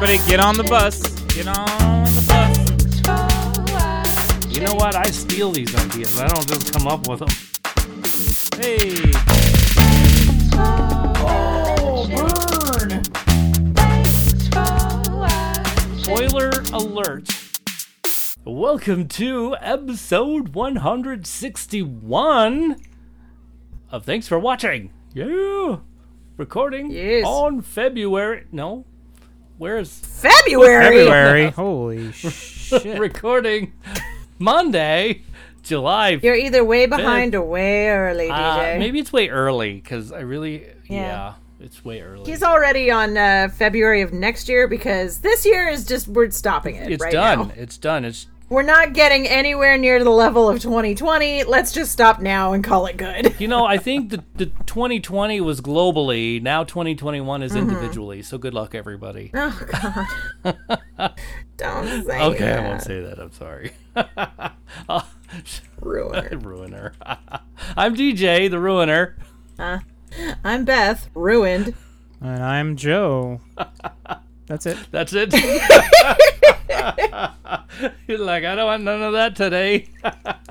Everybody get on the bus. Get on the bus. You know what? I steal these ideas. I don't just come up with them. Hey. burn! Spoiler alert. Welcome to episode 161 of Thanks for Watching. Yeah. Recording Yes. on February. No. Where's February. February. Holy shit. recording Monday, July You're either way behind or way early, DJ. Uh, maybe it's way early because I really, yeah. it's way early. He's already on uh, February of next year because this year is just we're stopping it. it's right done. now. It's done. It's We're not getting anywhere near the level of 2020. Let's just stop now and call it good. you know I think the the 2020 was globally. Now 2021 is individually. So good luck everybody. oh God. Don't say Okay, that. I won't say that. I'm sorry. Ruiner. ruiner. I'm DJ the ruiner. I'm Beth. Ruined. And I'm Joe. That's it. That's it. You're like I don't want none of that today.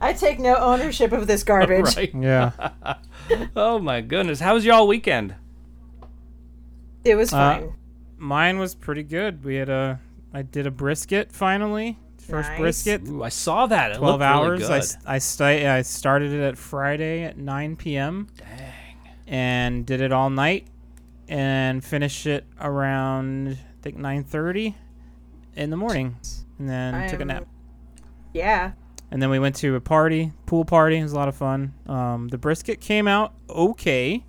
I take no ownership of this garbage. right. Yeah. Oh my goodness. How was y'all weekend? It Uh, was fine. Mine was pretty good. We had a I did a brisket finally. First Nice. brisket. Ooh, I saw that. It 12 looked really hours. I, good. s- I, sti- I started it at Friday at 9 p.m. Dang. And did it all night and finished it around, I think, 9.30 in the morning. And then took a I'm- nap. yeah. And then we went to a party, pool party. It was a lot of fun. Um, the brisket came out okay.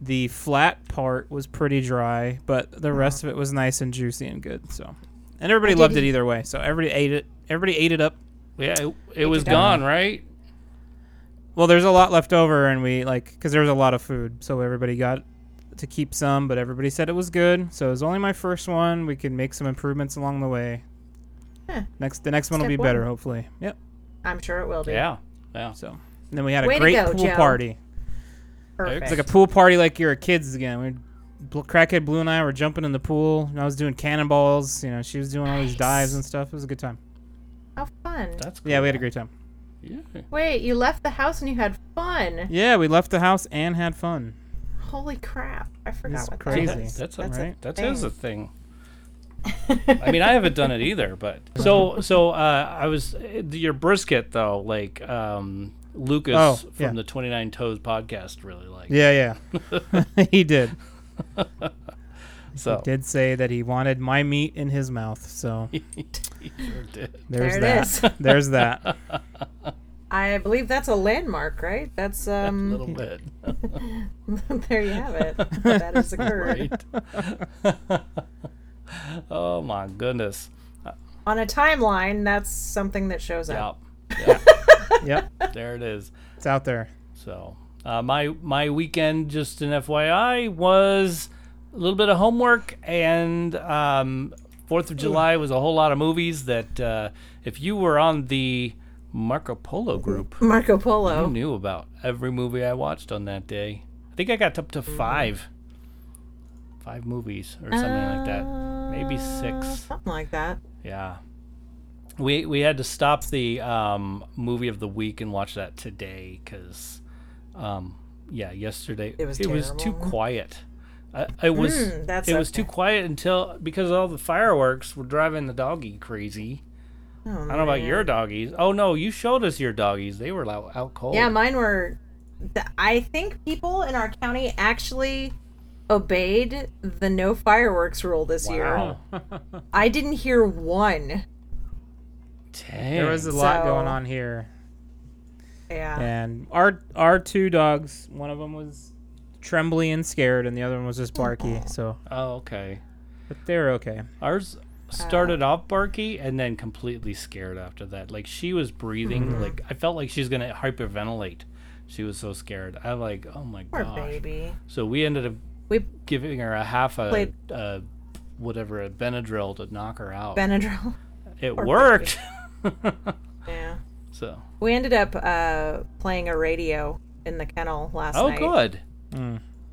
The flat part was pretty dry, but the rest of it was nice and juicy and good. So, and everybody loved it either way. So everybody ate it. Everybody ate it up. yeah, it, it was down. gone right. Well, there's a lot left over, and we like because there was a lot of food, so everybody got to keep some, but everybody said it was good. So it was only my first one. We can make some improvements along the way. Huh. Next, the next one will be Step better, one. hopefully. Yep. I'm sure it will be. Yeah. Yeah. So and then we had a Way to great go, pool Joe. party. Perfect. It's like a pool party like you're a kids again. We, Bl- crackhead Blue and I were jumping in the pool. And I was doing cannonballs. You know, she was doing all these dives and stuff. It was a good time. How fun. That's cool. Yeah, we had a great time. Yeah. Wait, you left the house and you had fun. Yeah, we left the house and had fun. Holy crap. I forgot It's what crazy. that was. That's a, That's a right? That is a thing. I mean, I haven't done it either, but so so uh, I was your brisket though, like um, Lucas Oh, from yeah. the Twenty Nine Toes podcast really liked. Yeah, yeah. he did. so Did say that he wanted my meat in his mouth. So sure did. there's There it that. is. There's that. I believe that's a landmark, right? That's a um little bit. there you have it. That has occurred. oh my goodness! On a timeline, that's something that shows Yeah, up. Yep. there it is. It's out there. So uh, my my weekend, just an FYI, was a little bit of homework, and um, Fourth of July was a whole lot of movies that uh, if you were on the Marco Polo group, Marco you Polo. knew about every movie I watched on that day. I think I got up to five, five movies or something like that, maybe six. Uh, Something like that. Yeah. We we had to stop the um, movie of the week and watch that today because, um, yeah, yesterday It was too terrible. quiet. I, it was Mm, that's it was too okay. quiet until because all the fireworks were driving the doggy crazy. Oh, I don't know about your doggies. Oh no, you showed us your doggies. They were out, out cold. Yeah, mine were th- I think people in our county actually obeyed the no fireworks rule this year. wow. I didn't hear one. Dang. There was a lot So- going on here. Yeah. And our our two dogs, one of them was trembly and scared, and the other one was just barky. So, oh okay. but they're okay. Ours Uh, started off barky and then completely scared after that. Like she was breathing. Mm-hmm. Like I felt like she's gonna hyperventilate. She was so scared. I like, oh my Poor gosh. baby. So we ended up We giving her a half a, Played- uh whatever a Benadryl to knock her out. Benadryl. it worked. Yeah. so We ended up uh, playing a radio in the kennel last oh night good.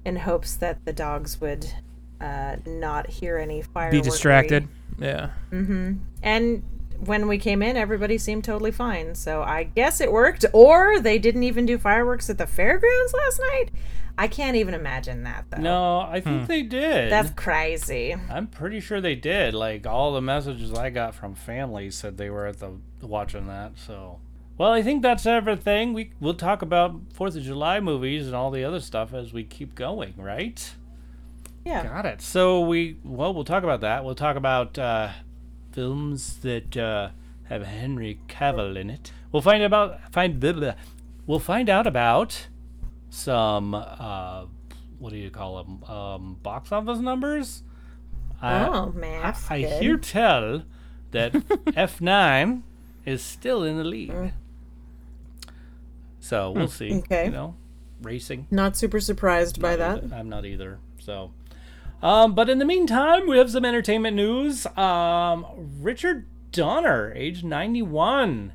in hopes that the dogs would uh, not hear any fire. Be distracted. Yeah. And when we came in, everybody seemed totally fine. So I guess it worked, or they didn't even do fireworks at the fairgrounds last night. I can't even imagine that though. No, I think they did. That's crazy. I'm pretty sure they did. Like all the messages I got from families said they were at the watching that. So, well, I think that's everything. We we'll talk about Fourth of July movies and all the other stuff as we keep going, right? Yeah. Got it. So we well, we'll talk about that. We'll talk about uh, films that uh, have Henry Cavill in it. We'll find about find blah, blah. we'll find out about some uh, what do you call them? Um, box office numbers. I- oh man. that's I good. hear tell that F9 is still in the lead. So we'll see. Mm. Hmm. Okay. You know, racing. Not super surprised by that. I'm not either. So, um, but in the meantime, we have some entertainment news. Um, Richard Donner, age 91,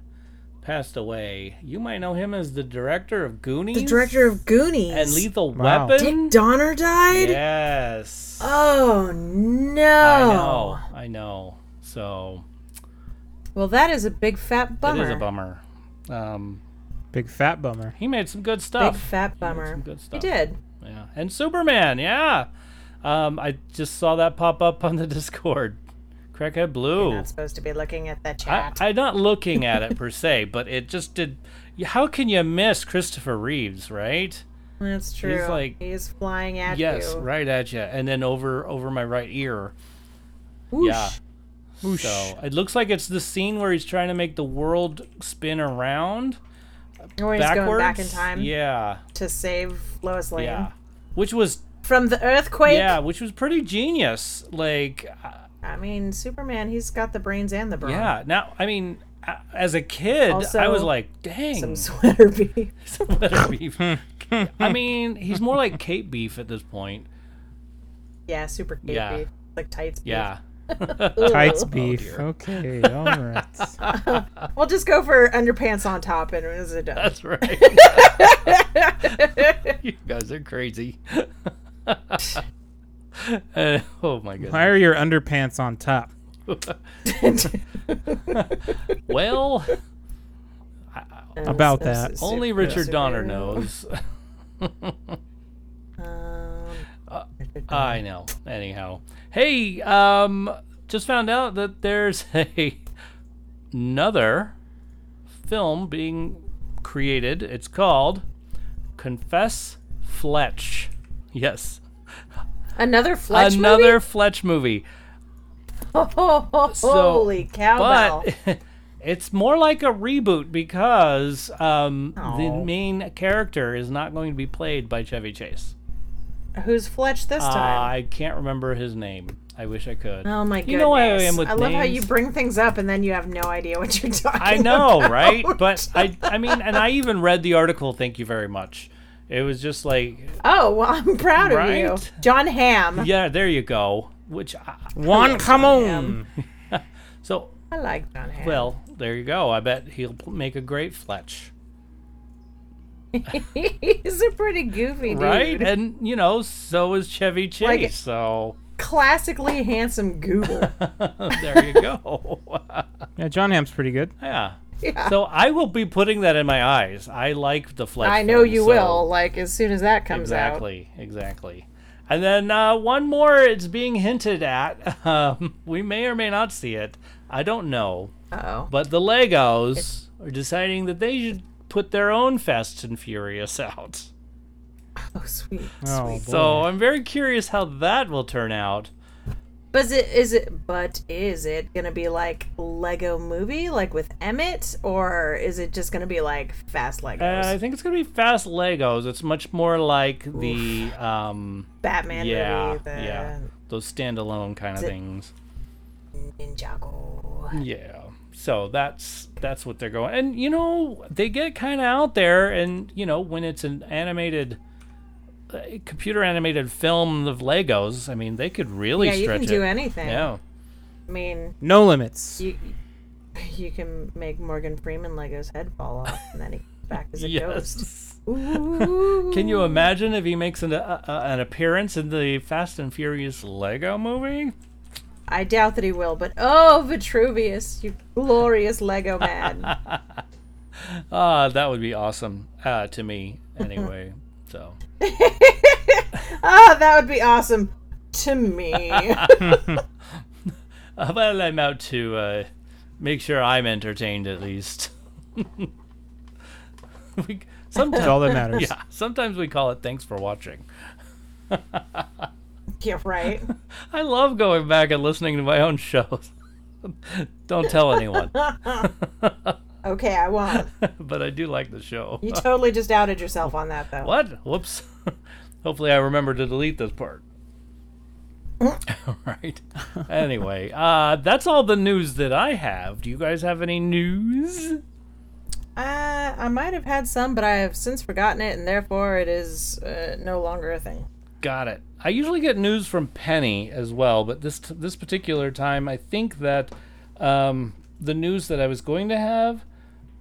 passed away. You might know him as the director of Goonies The director of Goonies. and Lethal Wow. Weapon. Dick Donner died. yes. Oh no. I Oh. know. I know. So. Well, that is a big fat bummer. It is a bummer. Um, Big fat bummer. Oh, he made some good stuff. Big fat bummer. some good He stuff. did. Yeah, and Superman. Yeah, um, I just saw that pop up on the Discord. Crackhead Blue. Not supposed to be looking at the I, chat. I'm not looking at it per se, but it just did. How can you miss Christopher Reeves, right? That's true. he's like- he's flying at Yes, you. right at you, and then over over my right ear. Whoosh. Yeah. So it looks like it's the scene where he's trying to make the world spin around Or he's backwards. going back in time Yeah, to save Lois Lane yeah. Which was from the earthquake. Yeah, which was pretty genius. Like, uh, I mean, Superman. He's got the brains and the brawn. yeah. Now, I mean, a- as a kid, I Also, was like, dang. Some sweater beef. sweater beef. I mean, he's more like Cape Beef at this point. Yeah, super cape Yeah. beef. Like tights. beef. Yeah. Tights Oh, beef. okay. All right. We'll just go for underpants on top, and it was a done. That's right. you guys are crazy. Uh, oh my goodness. Why are your underpants on top? Well, About that. only Richard Donner knows. Um, I know. Anyhow, hey, um, just found out that there's a another film being created. It's called Confess Fletch. Yes, another Fletch another movie? Fletch movie, Oh, holy cowbell! but. It's more like a reboot because um, the Aw. main character is not going to be played by Chevy Chase. Who's Fletch this time? I can't remember his name. I wish I could. oh my goodness! You know how I am with love how you names. bring things up and then you have no idea what you're talking. I know, about. right? But I, I mean, and I even read the article. Thank you very much. It was just like, Oh well, I'm proud of you, Right? John Ham. yeah, there you go. Which, I, One, come on. so I like John Ham. well, there you go. I bet he'll p- make a great Fletch, he's a pretty goofy dude, right? And you know, so is Chevy Chase. Like- so classically handsome Google. there you go. Yeah, John Ham's pretty good. yeah. Yeah. So I will be putting that in my eyes. I like the Fletch. I know film, you so- will. Like as soon as that comes out. Exactly, exactly. And then uh, one more it's being hinted at. Um, we may or may not see it. I don't know. Oh, But the Legos are deciding that they should put their own Fast and Furious out. oh sweet. Oh, boy. So I'm very curious how that will turn out. But is it is it but is it gonna be like Lego movie like with Emmett or is it just gonna be like Fast Uh, Legos I think it's going to be Fast Legos. It's much more like the um Batman yeah, movie the yeah, those standalone kind of it- things. Ninjago Yeah. So that's that's what they're going. And you know, they get kind of out there and you know, when it's an animated uh, computer animated film of Legos, I mean, they could really yeah you stretch can it. do anything yeah. I mean no limits. you you can make Morgan Freeman Lego's head fall off and then he back as a ghost. Yes. Ooh. Can you imagine if he makes an uh, uh, an appearance in the Fast and Furious Lego movie? I doubt that he will, but oh, Vitruvius, you glorious Lego man. Ah, that would be awesome uh, to me, anyway. so oh, that would be awesome to me. uh, well, I'm out to uh, make sure I'm entertained at least. we, That's sometimes, all that matters. yeah, sometimes we call it "Thanks for watching." yeah, right. I love going back and listening to my own shows. Don't tell anyone, Okay, I won't. but I do like the show. You totally just outed yourself on that, though. What? Whoops. Hopefully, I remember to delete this part. all right. Anyway, uh, that's all the news that I have. Do you guys have any news? Uh, I might have had some, but I have since forgotten it, and therefore it is uh, no longer a thing. Got it. I usually get news from Penny as well, but this this particular time, I think that um, the news that I was going to have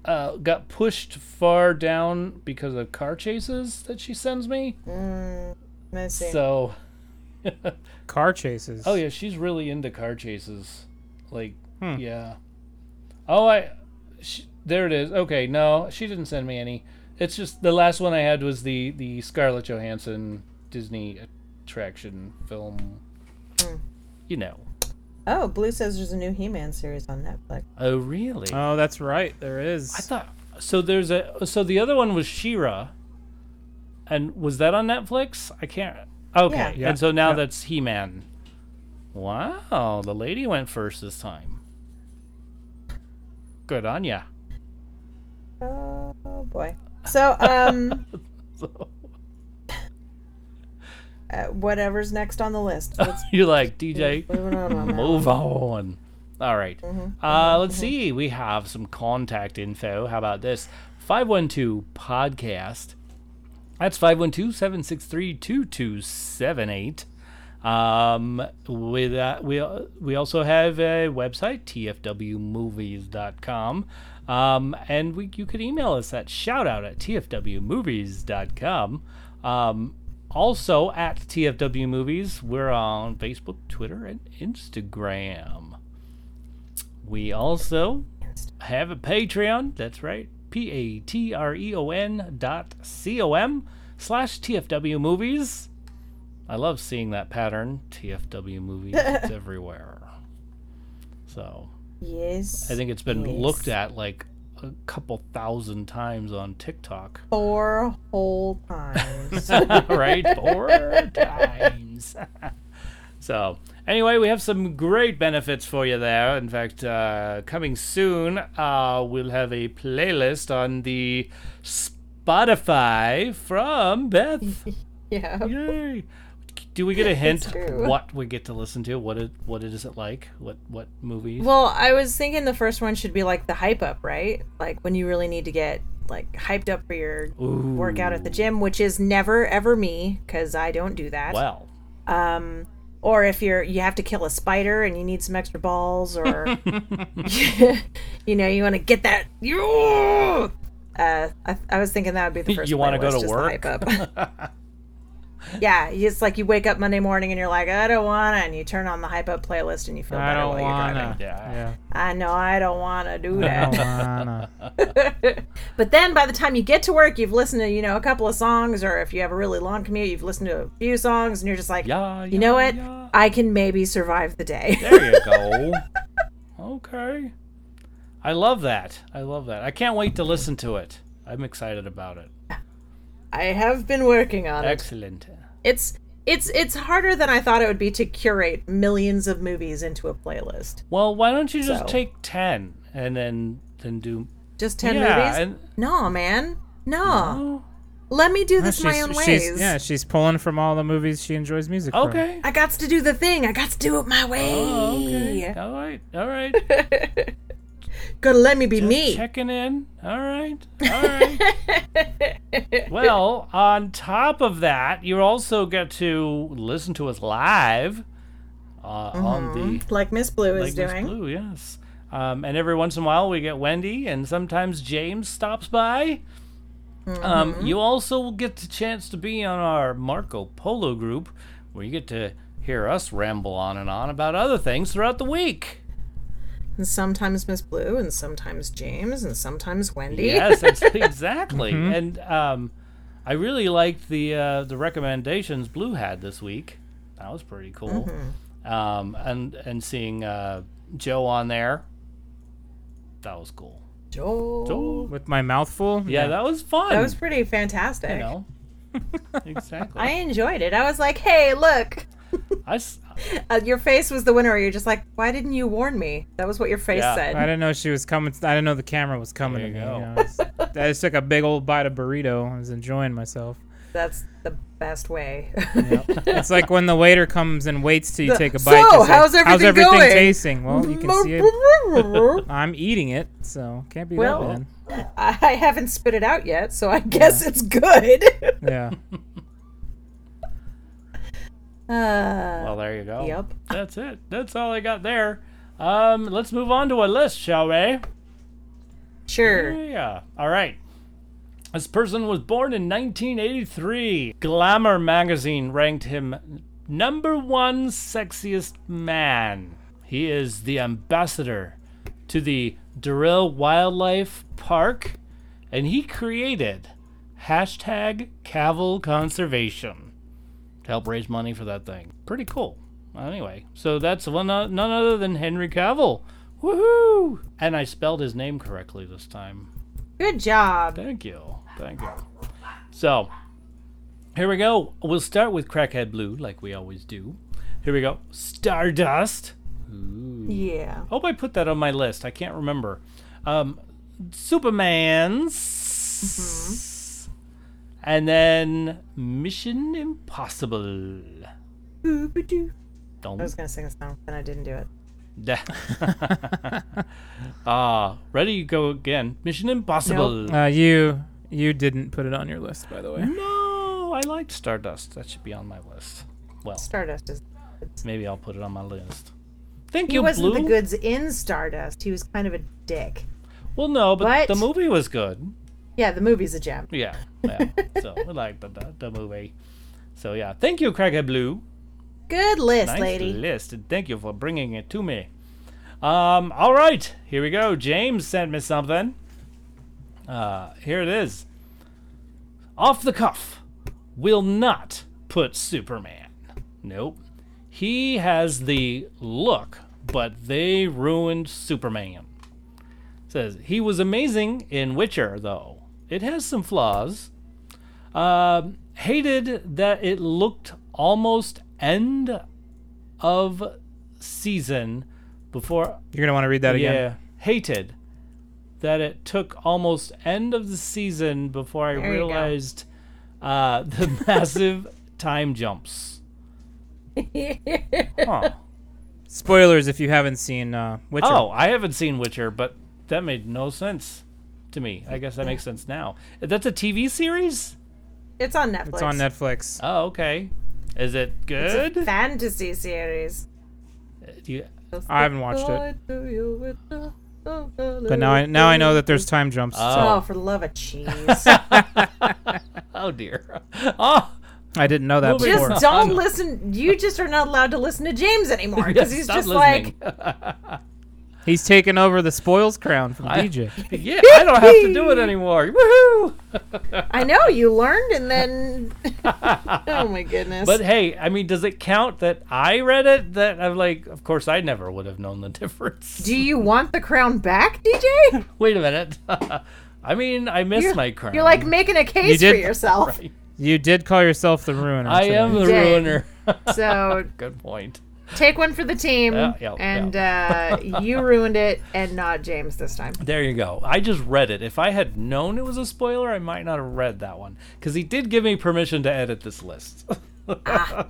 uh, got pushed far down because of car chases that she sends me. Let's see. So, Car chases. oh yeah, she's really into car chases. Like, yeah. Oh, I. She, there it is. Okay, no, she didn't send me any. It's just the last one I had was the the Scarlett Johansson Disney attraction film. You know. oh, Blue says there's a new He-Man series on Netflix. Oh, really? Oh, that's right. There is. I thought so. There's a so the other one was Shira, and was that on Netflix? I can't. Okay, Yeah. Yeah, and so now yeah. that's He Man. Wow, the lady went first this time. Good on ya. Oh boy. So, um, uh, whatever's next on the list. Let's You're like DJ. move on. on that. Move on. All right. Uh, let's see. We have some contact info. How about this? 512 podcast. That's 512 763 2278. Um, with uh, we we also have a website tfwmovies.com, um, and we you could email us at shoutout at tfwmovies.com. Um, also at tfwmovies, we're on Facebook, Twitter, and Instagram. We also have a Patreon. That's right. P A T R E O N dot C O M slash TFW movies. I love seeing that pattern. TFW movies it's everywhere. So Yes. I think it's been Yes. looked at like a couple thousand times on TikTok. four whole times. right? Four times. so, anyway, we have some great benefits for you there. In fact, uh, coming soon, uh, we'll have a playlist on the Spotify from Beth. yeah. Yay! Do we get a hint true. what we get to listen to? What it what it is it like? What what movies? Well, I was thinking the first one should be like the hype up, right? Like when you really need to get like hyped up for your workout at the gym, which is never ever me because I don't do that. well, Or if you're you have to kill a spider and you need some extra balls, or you know you want to get that. You. Uh, I, I was thinking that would be the first. You wanna go playlist, to just the work? hype up. yeah, it's like you wake up Monday morning and you're like, I don't wanna, and you turn on the hype up playlist and you feel I better don't while you're driving. wanna. yeah. Yeah. I know I don't want to do I don't that. wanna. but then by the time you get to work, you've listened to, you know, a couple of songs, or if you have a really long commute, you've listened to a few songs, and you're just like, Yeah, you know yeah, what? yeah. I can maybe survive the day. There you go. okay. I love that. I love that. I can't wait to listen to it. I'm excited about it. I have been working on it. Excellent. It's it's it's harder than I thought it would be to curate millions of movies into a playlist. Well, why don't you just So- take 10 and then then do Just ten Yeah, movies? and- No, man. No. Oh, Let me do this she's, my own she's- ways. yeah, she's pulling from all the movies she enjoys music from. Okay. I got to do the thing. I got to do it my way. Oh, okay. All right. All right. Gotta let me be me. Checking in. All right. All right. well, on top of that, you also get to listen to us live uh, on the like Miss Blue is Like Miss doing. Blue, yes. Um, and every once in a while, we get Wendy, and sometimes James stops by. Um, you also get the chance to be on our Marco Polo group, where you get to hear us ramble on and on about other things throughout the week. And sometimes Miss Blue, and sometimes James, and sometimes Wendy. Yes, ex- exactly. Mm-hmm. And um, I really liked the uh, the recommendations Blue had this week. That was pretty cool. Mm-hmm. Um, and and seeing uh, Joe on there, that was cool. Joel. Joe. With my mouth full? Yeah, that was fun. Oh, That was pretty fantastic. you know. exactly. I enjoyed it. I was like, hey, look. I s- Uh, your face was the winner. You're just like, why didn't you warn me? That was what your face Yeah. I said. didn't know she was coming. I didn't know the camera was coming There to you me. go. know, it's- I just took a big old bite of burrito. I was enjoying myself. That's the best way. It's like when the waiter comes and waits till you The- take a "So, bite. it's like, how's everything how's everything going?" tasting? Well, you can see it. I'm eating it, so can't be Well- that I haven't spit it out yet, so I guess it's good. bad. Yeah. uh, well, there you go. Yep. That's it. That's all I got there. Um, let's move on to a list, shall we? Sure. Yeah. All right. This person was born in 1983. Glamour magazine ranked him number one sexiest man. He is the ambassador to the Durrell Wildlife Park, and he created hashtag Cavill Conservation to help raise money for that thing. Pretty cool. Anyway, so that's one o- none other than Henry Cavill. Woohoo! And I spelled his name correctly this time. Good job. Thank you. Thank you. So, here we go. We'll start with Crackhead Blue, like we always do. Here we go. Stardust. Yeah. Hope I put that on my list. I can't remember. Um, Superman's. And then Mission Impossible. Boobadoo. Don't I was gonna sing a song, and I didn't do it. Ah, ready you go again. Mission Impossible. Uh, you you didn't put it on your list, by the way. No, I liked Stardust. That should be on my list. Well, Stardust is. maybe I'll put it on my list. Thank He you, wasn't Blue. the goods in Stardust. He was kind of a dick. Well, no, but What? the movie was good. Yeah, the movie's a gem. Yeah, yeah. so we liked the, the, the movie. So yeah, thank you, Crackhead Blue. Good list, Nice lady. list, and thank you for bringing it to me. Um, all right, here we go. James sent me something. Uh, here it is. Off the cuff, will not put Superman. Nope. He has the look, but they ruined Superman. Says he was amazing in Witcher, though. It has some flaws. Um, hated that it looked almost end of season before You're gonna want to read that again. yeah hated that it took almost end of the season before i There you go. realized uh, the massive time jumps huh. Spoilers if you haven't seen uh, Witcher. oh i haven't seen witcher but that made no sense to me i guess that makes sense now that's a tv series It's on Netflix. it's on Netflix. oh okay is it good Uh, Fantasy series. Do you- I haven't watched it. But now I now I know that there's time jumps. Uh, Oh, for the love of cheese! oh dear oh So I didn't know that Moving before. just don't listen. You just are not allowed to listen to James anymore because he's stop just listening. He's taken over the spoils crown from I- DJ. yeah i don't have to do it anymore woohoo like, I know you learned, and then oh my goodness. But hey, I mean, does it count that I read it? That I'm like, of course, I never would have known the difference. do you want the crown back, DJ? Wait a minute. I mean, I missed You're, my crown. you're like making a case You for did- yourself. You did call yourself the ruiner. I today. am the Dang. ruiner. So Good point. take one for the team, Yeah, yeah, and Uh, you ruined it, and not James this time. There you go. I just read it. If I had known it was a spoiler, I might not have read that one because he did give me permission to edit this list. Ah.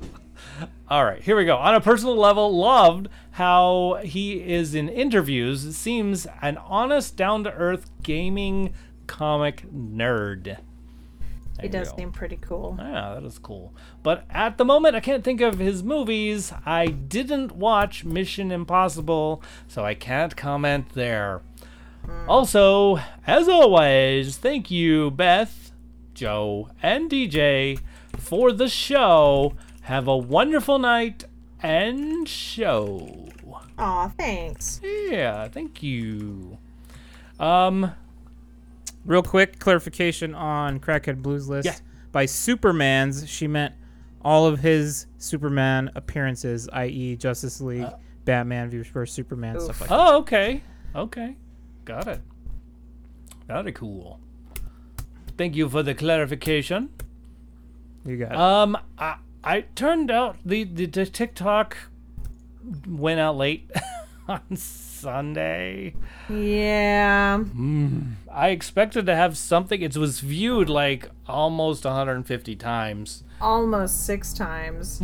All right, here we go. On a personal level, loved how he is in interviews. It seems an honest, down to earth gaming comic nerd. There He you does go. seem pretty cool. Yeah, Ah, that is cool. But at the moment, I can't think of his movies. I didn't watch Mission Impossible, so I can't comment there. Also, as always, thank you, Beth, Joe, and DJ for the show. Have a wonderful night and show. Aw, thanks. Yeah, thank you. Um, Real quick clarification on Crackhead Blues list. Yeah. By Superman's, she meant all of his Superman appearances, i.e., Justice League, Uh. Batman v Superman, stuff like that. oh, okay. Okay. Got it. Got it cool. Thank you for the clarification. You got it. Um, I, I turned out the, the the TikTok went out late on Sunday. Yeah. I expected to have something. It was viewed like almost 150 times, Almost six times.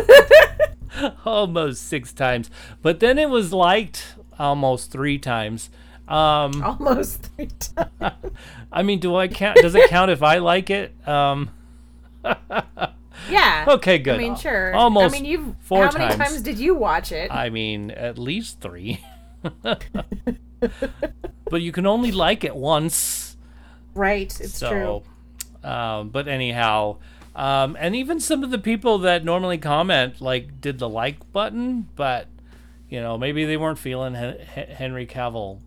almost six times. But then it was liked almost three times. Um, Almost three times. I mean, do I count? Does it count if I like it? Um, Yeah. okay, good. I mean, sure. Almost. I mean, you've. four how many times. times did you watch it? I mean, at least three. but you can only like it once. right. It's So, true. um, but anyhow, um, and even some of the people that normally comment like did the like button, but you know maybe they weren't feeling Hen- Hen- Henry Cavill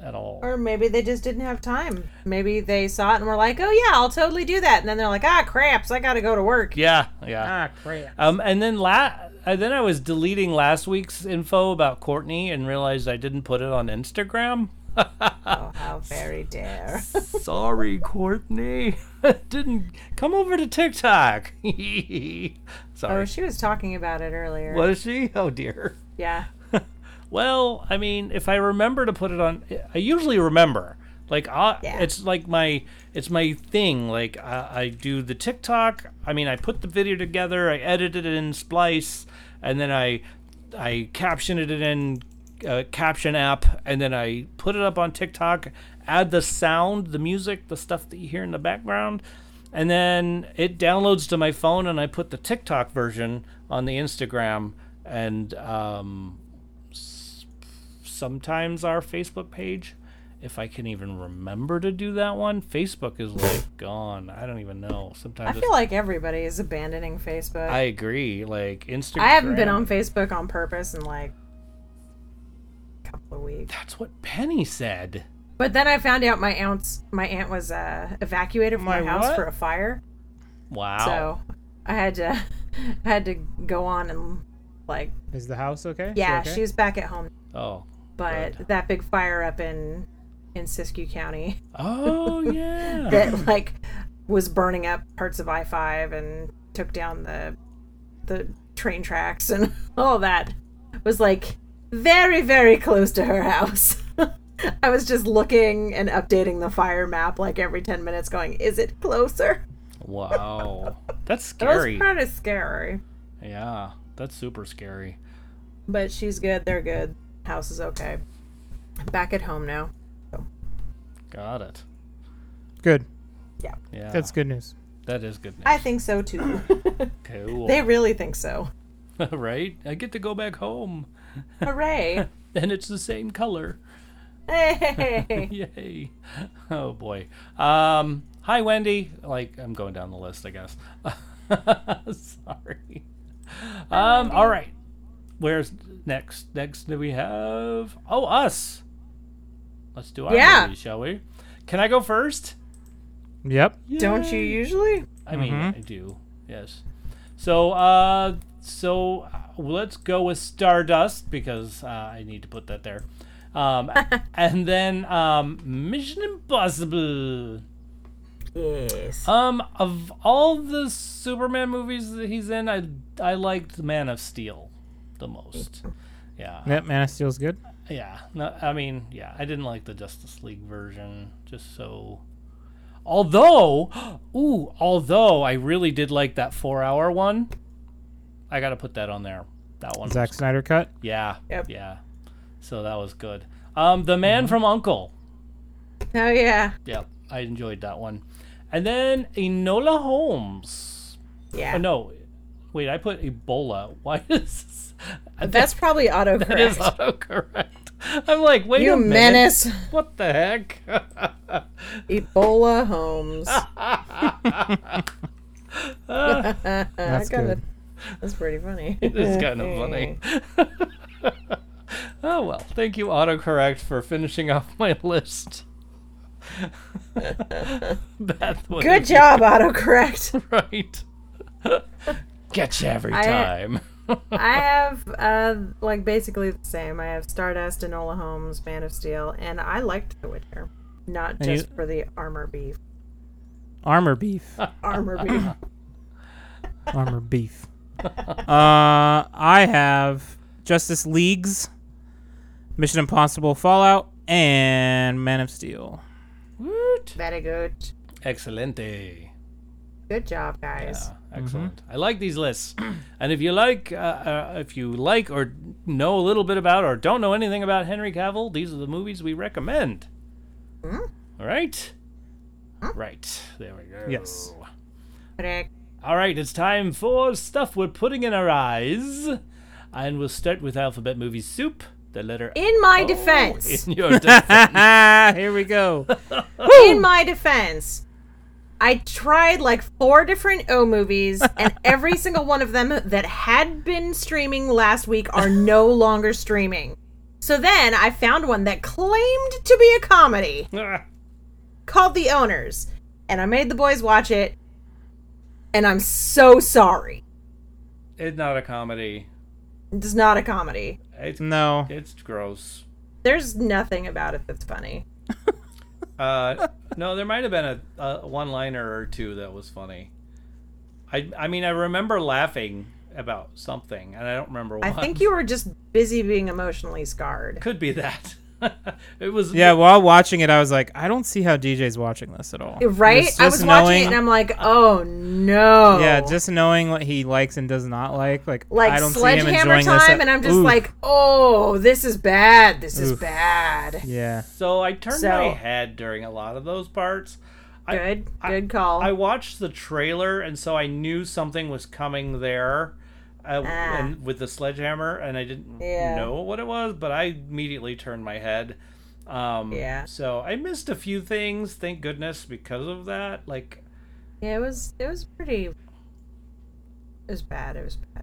at all. Or maybe they just didn't have time. Maybe they saw it and were like, "Oh yeah, I'll totally do that," and then they're like, "Ah, craps! I gotta go to work." Yeah, yeah. ah, crap. Um, and then la- and then I was deleting last week's info about Courtney and realized I didn't put it on Instagram. Oh, how very dare! Sorry, Courtney. didn't come over to TikTok. oh, Sorry. she was talking about it earlier. was she? Oh dear. Yeah. Well, I mean, if I remember to put it on, I usually remember. Like, I, Yeah. it's like my it's my thing. Like, I, I do the TikTok. I mean, I put the video together, I edit it in Splice, and then I I caption it in uh, caption app, and then I put it up on TikTok. Add the sound, the music, the stuff that you hear in the background, and then it downloads to my phone, and I put the TikTok version on the Instagram and um, sometimes our Facebook page. If I can even remember to do that one, Facebook is like gone. I don't even know. I Sometimes feel like everybody is abandoning Facebook. I agree. Like Instagram. I haven't been on Facebook on purpose in like a couple of weeks. That's what Penny said. But then I found out my aunt's my aunt was uh, evacuated from My her house what? for a fire, Wow. so I had to I had to go on and like Is the house okay? She yeah, okay? she's back at home. Oh. But that big fire up in in Siskiyou County Oh yeah. that like was burning up parts of I five and took down the the train tracks and all that was like very very close to her house. I was just looking and updating the fire map like every ten minutes, going, "Is it closer?" wow. That's That was scary. kind of scary, Yeah. That's super scary. but she's good. They're good. House is okay. Back at home now. Got it. good. Yeah. That's good news. That is good news. I think so too. cool. they really think so. right? I get to go back home, Hooray! and it's the same color. Hey. Yay. Oh boy. Um hi Wendy. Like I'm going down the list, I guess. Sorry. Um all right. Where's next? Next do we have Oh, us. Let's do our Yeah. movie, shall we? Can I go first? Yep. Don't you usually? I mean, I do. Yes. So, uh, so uh, let's go with Stardust because uh, I need to put that there. Um, and then um, Mission Impossible. Yes. Um, of all the Superman movies that he's in, I I liked Man of Steel the most. Yeah, Yep. Man of Steel's good. yeah. No, I mean, yeah. I didn't like the Justice League version. Just so. Although, ooh, although I really did like that four-hour one. I gotta put that on there. That one. was- Zack Snyder cut. Yeah. Yep. Yeah. So that was good. Um, the Man from Uncle. Oh yeah. Yep, I enjoyed that one. And then Enola Holmes. Yeah. Oh no, wait, I put Ebola. Why is this? That's probably That is autocorrect. autocorrect. I'm like, wait You a minute. menace. What the heck? Ebola Holmes. Ah. That's That's kind good. of that's pretty funny. it's kind of funny. oh well, thank you, autocorrect, for finishing off my list. that was Good job, autocorrect. right. Gets you every I- time. I have uh like basically the same. I have Stardust, Enola Holmes, Man of Steel, and I liked The Witcher. Not And you- just for the armor beef. Armor beef. Armor beef. Armor beef. Uh, I have Justice Leagues, Mission Impossible, Fallout, and Man of Steel. Woot. Very good. Excelente. Good job, guys. Yeah, excellent. I like these lists, and if you like, uh, uh, if you like or know a little bit about or don't know anything about Henry Cavill, these are the movies we recommend. Hmm? All right, right there we go. Yes. Correct. All right, it's time for stuff we're putting in our eyes, and we'll start with alphabet movie soup. The letter In my O defense. In your defense. Here we go. in my defense, I tried like four different O movies, and every single one of them that had been streaming last week are no longer streaming. So then I found one that claimed to be a comedy called The Owners, and I made the boys watch it, and I'm so sorry. it's not a comedy. It's not a comedy. It's No. it's gross. There's nothing about it that's funny. Uh, no, there might have been a, a one-liner or two that was funny. I I mean, I remember laughing about something, and I don't remember I what. think you were just busy being emotionally scarred. could be that. it was Yeah, while watching it, I was like, I don't see how DJ's watching this at all. Right? Just- I just was watching knowing- it and I'm like, oh no. Yeah, just knowing what he likes and does not like, like, like I don't see him sledgehammer enjoying time, this. at- and I'm just Oof. like, oh, this is bad. This is Oof. bad. yeah, So I turned So- my head during a lot of those parts. I- Good, I- good call. I watched the trailer, and so I knew something was coming there, uh, Ah. and with the sledgehammer, and I didn't Yeah. know what it was, but I immediately turned my head. Um, Yeah. So I missed a few things, thank goodness, because of that. Like, yeah, it was, it was pretty. It was bad. It was bad.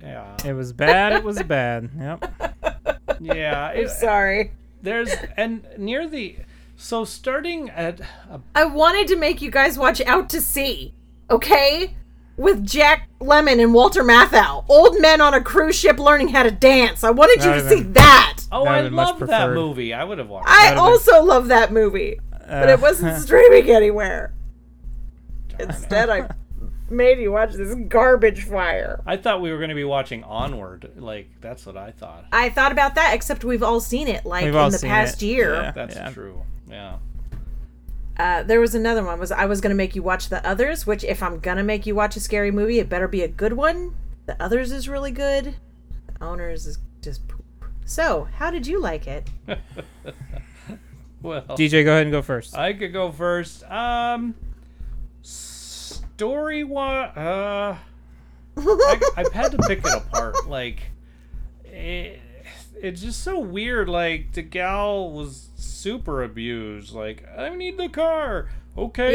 yeah, it was bad. It was bad. Yep. yeah. I'm it- sorry. there's and near the, so starting at oh, a I wanted to make you guys watch Out to Sea, okay? With Jack Lemon and Walter Matthau, old men on a cruise ship learning how to dance. I wanted you That to would've see that. oh, That I would've been much love that preferred. movie. I would have I watched. That'd have been- also love that movie, but Uh, it wasn't streaming anywhere. it. Instead, I made you watch this garbage fire. I thought we were going to be watching Onward. Like that's what I thought. I thought about that, except we've all seen it like We've all in the seen past it. year. Yeah. That's true. Yeah. Uh, there was another one. Was I was gonna make you watch the others? Which, if I'm gonna make you watch a scary movie, it better be a good one. The others is really good. The owners is just poop. So, how did you like it? Well, DJ, go ahead and go first. I could go first. Um, story wise, uh, I, I've had to pick it apart. Like, it, it's just so weird. Like the gal was super abused. Like, I need the car. Okay.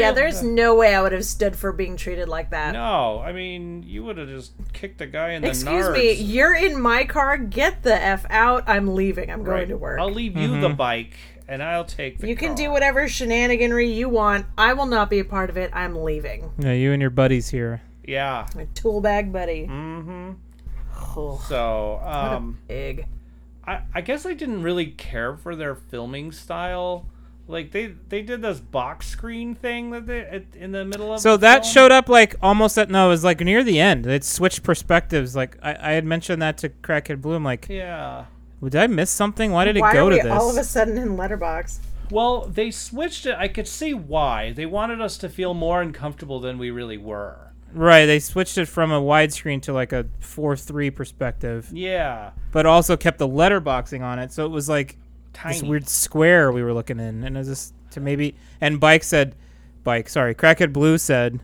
Yeah, I'll- there's no way I would have stood for being treated like that. No, I mean you would have just kicked the guy in the Excuse nards. me, you're in my car. Get the f out. I'm leaving. I'm going Right. to work. I'll leave you Mm-hmm. the bike, and I'll take the. You can car. do whatever shenaniganry you want. I will not be a part of it. I'm leaving. Yeah, you and your buddies here. Yeah. My tool bag buddy. Mm-hmm. Oh, So, um, big. I, I guess I didn't really care for their filming style. Like they they did this box screen thing that they at, in the middle of. So the that film. showed up like almost at no, it was like near the end. It switched perspectives. Like I, I had mentioned that to Crackhead Blue. I'm like, Yeah. did I miss something? Why did it Why go are to we this? all of a sudden in letterbox? Well, they switched it. I could see why they wanted us to feel more uncomfortable than we really were. Right, they switched it from a widescreen to like a four three perspective, Yeah. but also kept the letterboxing on it. So it was like Tiny. this weird square we were looking in, and it was just to maybe. And Bike said, Bike, sorry, Crackhead Blue said,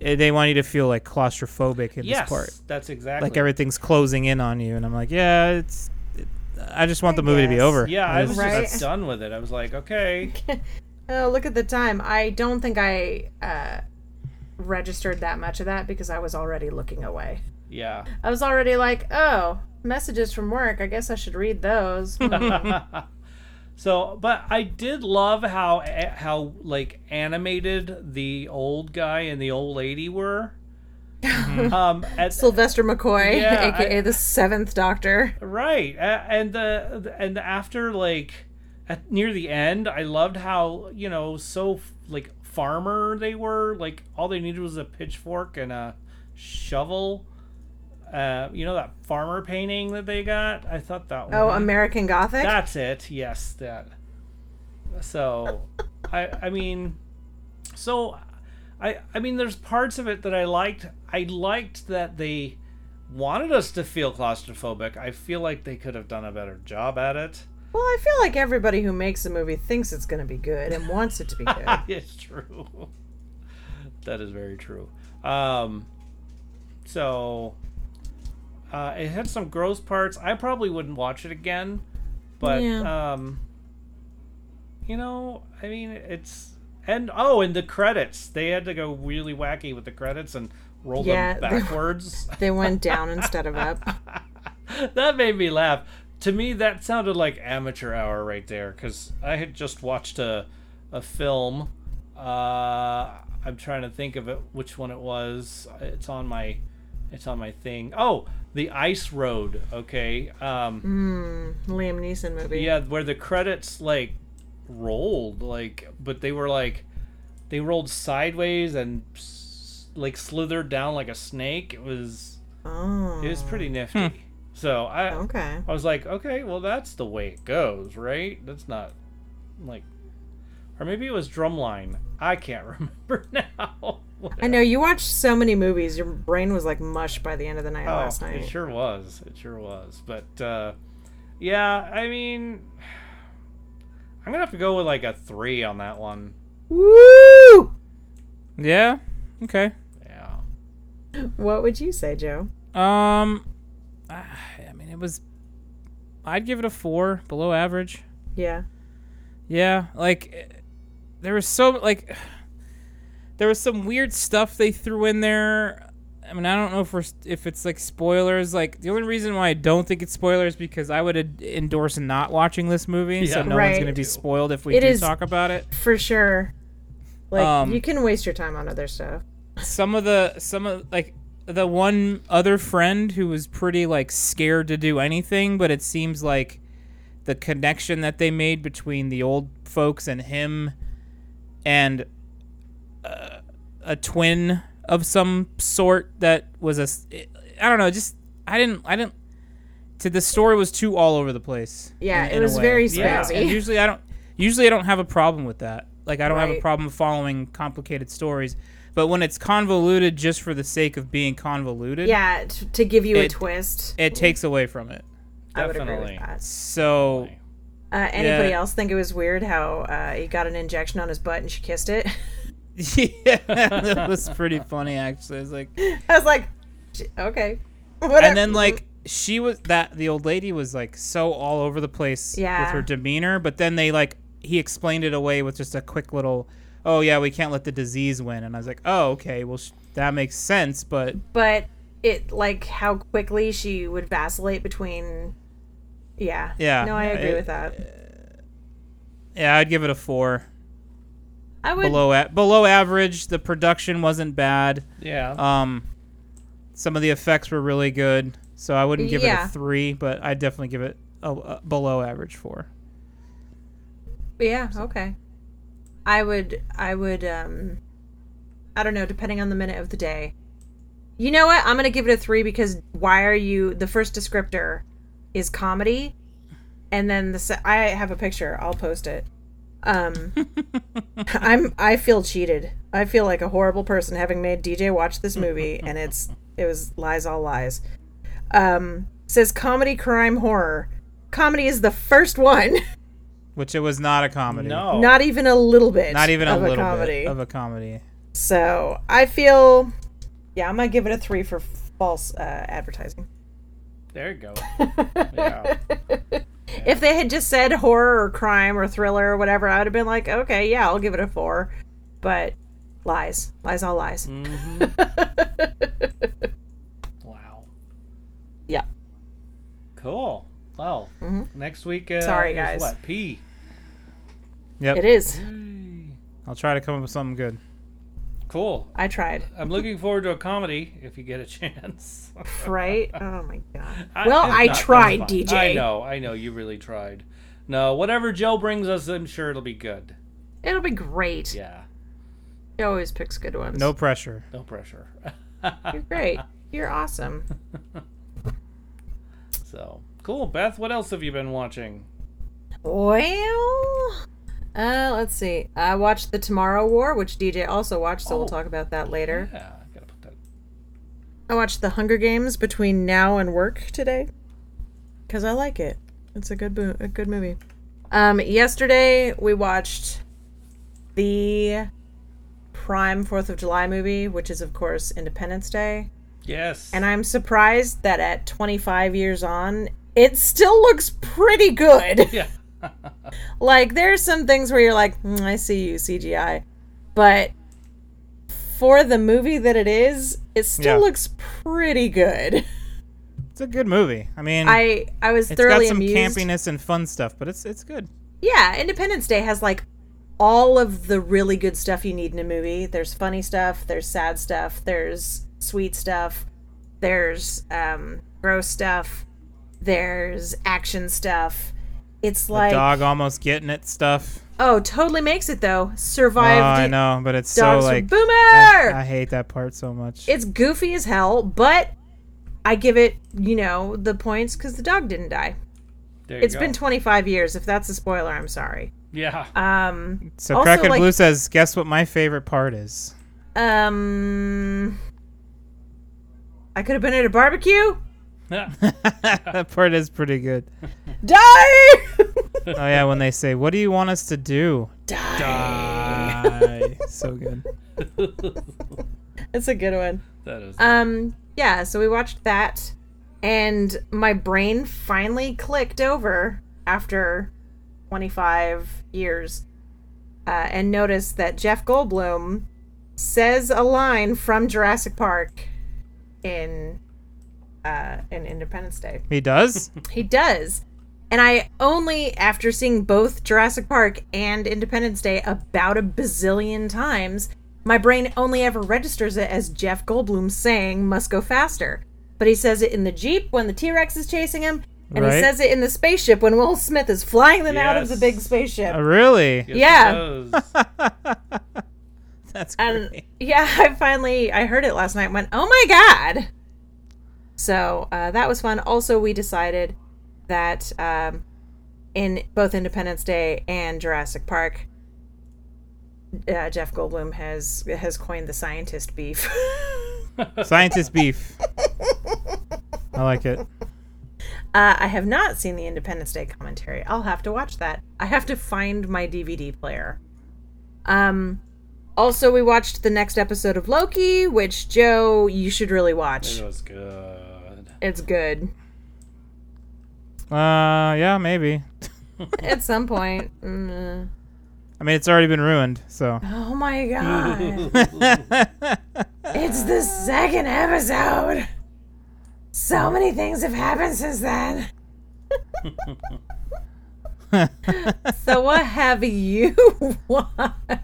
eh, they want you to feel like claustrophobic in Yes. this part, That's exactly. like everything's closing in on you. And I'm like, yeah, it's. It, I just want I the movie to be guess. over. Yeah, I I was just- Right. just done with it. I was like, okay. Oh, look at the time. I don't think I uh, registered that much of that because I was already looking away. Yeah. I was already like, oh, messages from work. I guess I should read those. Hmm. So, but I did love how eh, how like animated the old guy and the old lady were. um, at, Sylvester McCoy, Yeah, aka I- the Seventh Doctor. right, a- and the and after like at, near the end, I loved how you know so like farmer they were. Like all they needed was a pitchfork and a shovel. Uh, you know that farmer painting that they got. I thought that was Oh, American Gothic. That's it. Yes, that. So, I I mean, so, I I mean, there's parts of it that I liked. I liked that they wanted us to feel claustrophobic. I feel like they could have done a better job at it. Well, I feel like everybody who makes a movie thinks it's going to be good and wants it to be good. it's true. That is very true. Um, so, uh, it had some gross parts. I probably wouldn't watch it again, but Yeah. um, you know, I mean, it's and oh, and the credits. They had to go really wacky with the credits and roll Yeah, them they- backwards. they went down instead of up. that made me laugh. To me, that sounded like amateur hour right there because I had just watched a, a film. Uh, I'm trying to think of it, which one it was. It's on my, it's on my thing. Oh, the Ice Road. Okay. Um, Liam Neeson movie. yeah, where the credits like rolled, like, but they were like, they rolled sideways and s- like slithered down like a snake. It was, Oh. it was pretty nifty. So I, Okay. I was like, okay, well, that's the way it goes, right? That's not like, or maybe it was Drumline. I can't remember now. I know you watched so many movies. Your brain was like mush by the end of the night Oh, last night. it sure was. It sure was. But uh, yeah, I mean, I'm gonna have to go with like a three on that one. Woo! yeah. Okay. Yeah. What would you say, Joe? Um, I I mean, it was. I'd give it a four, below average. Yeah. Yeah, like eh, there was so like there was some weird stuff they threw in there. I mean, I don't know if we're, if it's like spoilers. Like the only reason why I don't think it's spoilers because I would ad- endorse not watching this movie, so Yeah. no one's Right. gonna be spoiled if we It do is- talk about it. For sure. Like Um, you can waste your time on other stuff. some of the some of like the one other friend who was pretty like scared to do anything but it seems like the connection that they made between the old folks and him and uh, a twin of some sort that was a s- i don't know just i didn't i didn't to the story was too all over the place Yeah, in- it in a was way. very Yeah. spazzy. And usually I don't usually I don't have a problem with that. Like I don't have a Right. problem following complicated stories, but when it's convoluted just for the sake of being convoluted, Yeah, t- to give you a It- twist. it takes away from it. I would agree Definitely. with that. So Uh, anybody Yeah. else think it was weird how uh, he got an injection on his butt and she kissed it? yeah, that was pretty funny actually. It's like I was like, "Sh- okay. and then like she was that the old lady was like so all over the place with Yeah. her demeanor, but then they like he explained it away with just a quick little, "Oh yeah, we can't let the disease win." And I was like, "Oh, okay. Well, sh- that makes sense, but but it like how quickly she would vacillate between. Yeah. Yeah. No, I Yeah, agree it- with that. yeah, I'd give it a 4." I would. below a- below average. The production wasn't bad. Yeah. Um, some of the effects were really good, so I wouldn't give it Yeah. a three, but I'd definitely give it a, a below average four. Yeah. Okay. I would. I would. Um. I don't know. Depending on the minute of the day. You know what? I'm gonna give it a three because why are you? The first descriptor is comedy, and then the se- I have a picture. I'll post it. Um. I'm. I feel cheated. I feel like a horrible person having made DJ watch this movie, and it's it was lies all lies. Um. Says comedy, crime, horror. Comedy is the first one. Which it was not a comedy. no. Not even a little bit. Not even a of little comedy. bit of a comedy. so I feel, yeah, I'm gonna give it a three for false uh, advertising. There you go. yeah. If they had just said horror or crime or thriller or whatever, I would have been like, okay, yeah, I'll give it a four. But lies, lies, all lies. hmm wow. Yeah. Cool. Well, next week. Uh, Mm-hmm. Sorry, is guys. What P? Yep. It is. I'll try to come up with something good. Cool. I tried. I'm looking forward to a comedy if you get a chance. Right? Oh my god. I- Well, it's I not tried, gonna be fun. DJ. I know, I know, you really tried. No, whatever Joe brings us, I'm sure it'll be good. It'll be great. Yeah, He always picks good ones. No pressure. no pressure. You're great. You're awesome. so cool, Beth. What else have you been watching? Well, uh, let's see. I watched The Tomorrow War, which DJ also watched, so Oh. we'll talk about that later. Yeah, I gotta put that. I watched The Hunger Games between now and work today because I like it. It's a good bo- a good movie. Um, yesterday we watched the Prime Fourth of July movie, which is of course Independence Day, Yes. and I'm surprised that at 25 years on, it still looks pretty good. yeah. Like there's some things where you're like, "Mm, I see you CGI, but for the movie that it is, it still Yeah. looks pretty good. It's a good movie. I mean, I I was it's got thoroughly some amused. campiness and fun stuff, but it's it's good. Yeah, Independence Day has like all of the really good stuff you need in a movie. There's funny stuff, there's sad stuff, there's sweet stuff, there's um gross stuff, there's action stuff. It's like the dog almost getting it stuff. oh, totally makes it though. Oh, Survived I it. know, but it's so dogs were like boomer. I, I hate that part so much. it's goofy as hell, but I give it, you know, the points cuz the dog didn't die. There you It's go. been 25 years. If that's a spoiler, I'm sorry. yeah. Um so also, Crackhead like- Blue says, "Guess what my favorite part is." Um, I could have been at a barbecue. that part is pretty good. Die! Oh yeah, when they say, "What do you want us to do?" Die. Die. so good. That's a good one. that is. Um, yeah. So we watched that, and my brain finally clicked over after 25 years, uh, and noticed that Jeff Goldblum says a line from Jurassic Park in uh, in Independence Day. He does. He does. And I only, after seeing both Jurassic Park and Independence Day about a bazillion times, my brain only ever registers it as Jeff Goldblum saying, must go faster. But he says it in the Jeep when the T Rex is chasing him, and he Right. says it in the spaceship when Will Smith is flying them out of the Yes. big spaceship. Oh, really? Yes, it Uh, yeah. does. That's great. And yeah, I finally I heard it last night. And went, oh my god! So uh, that was fun. Also, we decided that um, in both Independence Day and Jurassic Park, uh, Jeff Goldblum has has coined the scientist beef. Scientist beef. I like it. uh, I have not seen the Independence Day commentary. I'll have to watch that. I have to find my DVD player. Um. Also, we watched the next episode of Loki, which Joe, you should really watch. It was good. It's good. Uh, yeah, maybe. At some point. Mm. I mean, it's already been ruined, so. Oh my Oh, god. it's the second episode. So many things have happened since then. so what have you watched?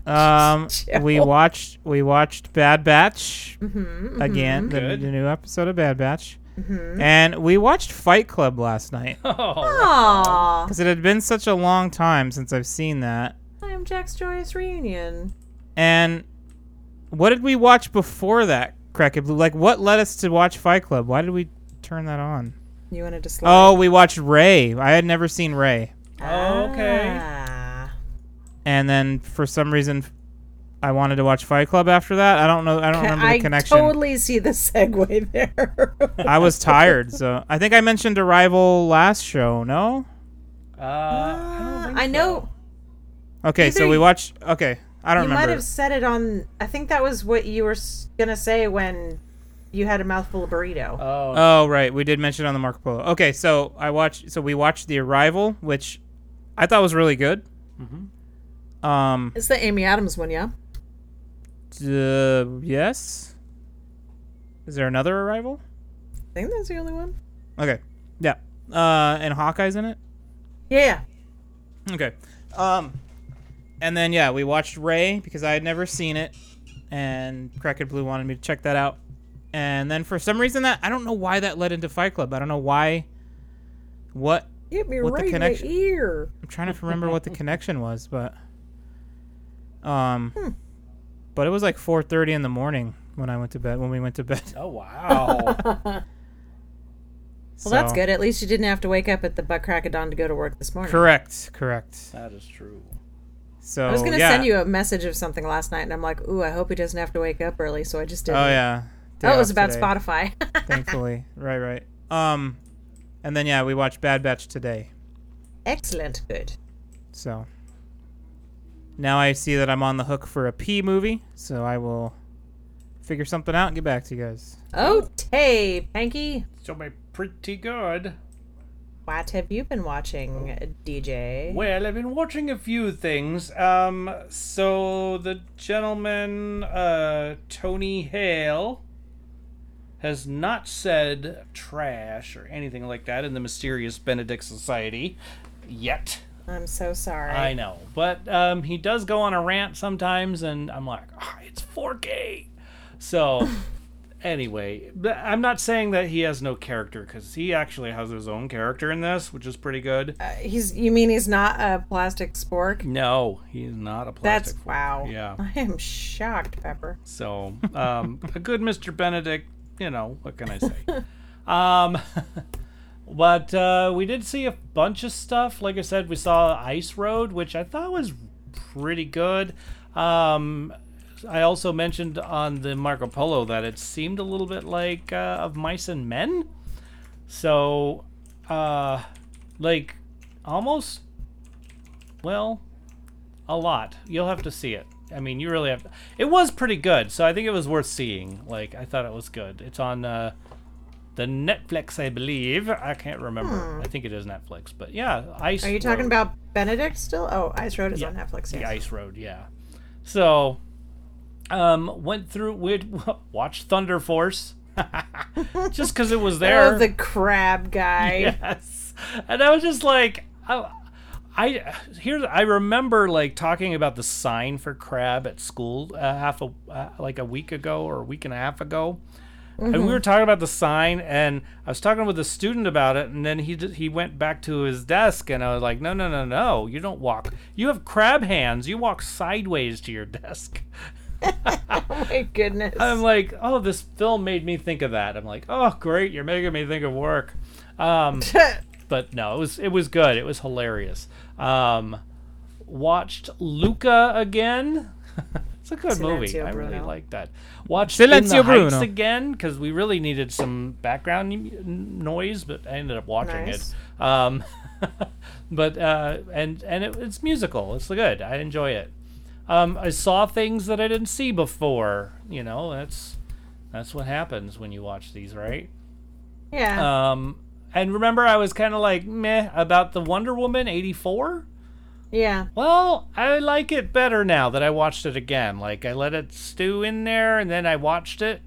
Um, we watched we watched Bad Batch Mm-hmm, again, the, Good. the new episode of Bad Batch, Mm-hmm. and we watched Fight Club last night Oh, Aww. because it had been such a long time since I've seen that. I'm Jack's Joyous Reunion. And what did we watch before that? Crack It Blue. Like, what led us to watch Fight Club? Why did we turn that on? You wanted to slide? Oh, we watched Ray. I had never seen Ray. oh okay. Ah. and then for some reason I wanted to watch Fight Club after that. I don't know. I don't remember the I connection. totally see the segue there. I was tired, so I think I mentioned Arrival last show. No. Uh, I, don't think Uh, I know. Okay, so Either we you- watched. Okay, I don't You remember. might have said it on. I think that was what you were s- gonna say when you had a mouthful of burrito. Oh, Oh right, we did mention it on the Marco Polo. Okay, so I watched. So we watched The Arrival, which I thought was really good. Um. it's the Amy Adams one, yeah. Uh, yes. Is there another Arrival? I think that's the only one. Okay. Yeah. Uh, and Hawkeye's in it. Yeah. Okay. Um, and then yeah, we watched Ray because I had never seen it, and Crackhead Blue wanted me to check that out. And then for some reason that I don't know why that led into Fight Club. I don't know why. What Hit me With the right in the connection- ear. I'm trying to remember what the connection was, but um, Hmm. but it was like 4:30 in the morning when I went to bed. When we went to bed. oh wow. Well, that's good. At least you didn't have to wake up at the butt crack of dawn to go to work this morning. Correct. Correct. that is true. So I was going to yeah. send you a message of something last night, and I'm like, ooh, I hope he doesn't have to wake up early, so I just didn't. Oh yeah. Day That was off about today. Spotify. thankfully. Right, right. Um, and then yeah, we watched Bad Batch today. Excellent. Good. So now I see that I'm on the hook for a P movie, so I will figure something out and get back to you guys. Oh, Tay, Panky, So my pretty good. what have you been watching, DJ? Well, I've been watching a few things. Um, so the gentleman, uh, Tony Hale, has not said trash or anything like that in the mysterious Benedict Society yet. I'm so sorry. I know, but um, he does go on a rant sometimes, and I'm like, "Ah, it's 4K. So, anyway, but I'm not saying that he has no character because he actually has his own character in this, which is pretty good. Uh, he's. You mean he's not a plastic spork? No, he's not a That's plastic. wow. Yeah. I am shocked, Pepper. So, um, a good Mr. Benedict, you know, what can I say? um, but uh, we did see a bunch of stuff. Like I said, we saw Ice Road, which I thought was pretty good. Um, I also mentioned on the Marco Polo that it seemed a little bit like uh, Of Mice and Men. So, uh, like, almost, well, a lot. You'll have to see it. I mean, you really have. To. It was pretty good, so I think it was worth seeing. Like, I thought it was good. It's on uh, the Netflix, I believe. I can't remember. I think it is Netflix, but yeah, Ice. Hmm. Are you talking Road. about Benedict still? Oh, Ice Road is on Netflix. The Yes. Ice Road, yeah. So, um, went through. We'd watch Thunder Force, just because it was there. Oh, the crab guy. Yes. And I was just like, I, I here's I remember like talking about the sign for crab at school uh, half a uh, like a week ago or a week and a half ago. And we were talking about the sign, and I was talking with a student about it, and then he d- he went back to his desk, and I was like, "No, no, no, no! You don't walk. You have crab hands. You walk sideways to your desk." Oh my goodness. I'm like, "Oh, this film made me think of that." I'm like, "Oh, great! You're making me think of work." Um, but no, it was it was good. It was hilarious. Um, watched Luca again. it's a good movie. Silenzio I really Bruno. like that. Watched Silenzio Silenzio Bruno Bruno. again because we really needed some background n- noise, but I ended up watching Nice. it. Um, but uh, and and it, it's musical. It's good. I enjoy it. Um, I saw things that I didn't see before. You know, that's that's what happens when you watch these, right? yeah. Um, and remember, I was kind of like meh about the Wonder Woman '84. yeah. Well, I like it better now that I watched it again. Like I let it stew in there, and then I watched it.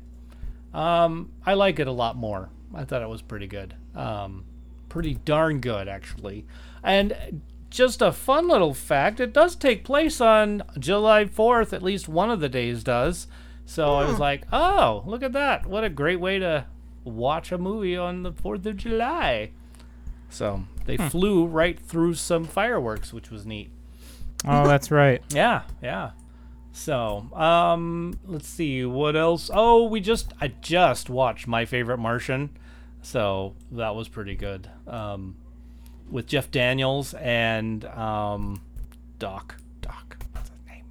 Um, I like it a lot more. I thought it was pretty good. Um, pretty darn good actually. And just a fun little fact: it does take place on July 4th. At least one of the days does. So I was like, oh, look at that! What a great way to watch a movie on the 4th of July. So they flew right through some fireworks, which was neat. Oh, that's right. Yeah, yeah. So, um, let's see what else. Oh, we just I just watched My Favorite Martian, so that was pretty good. Um, with Jeff Daniels and um, Doc, Doc, what's his name?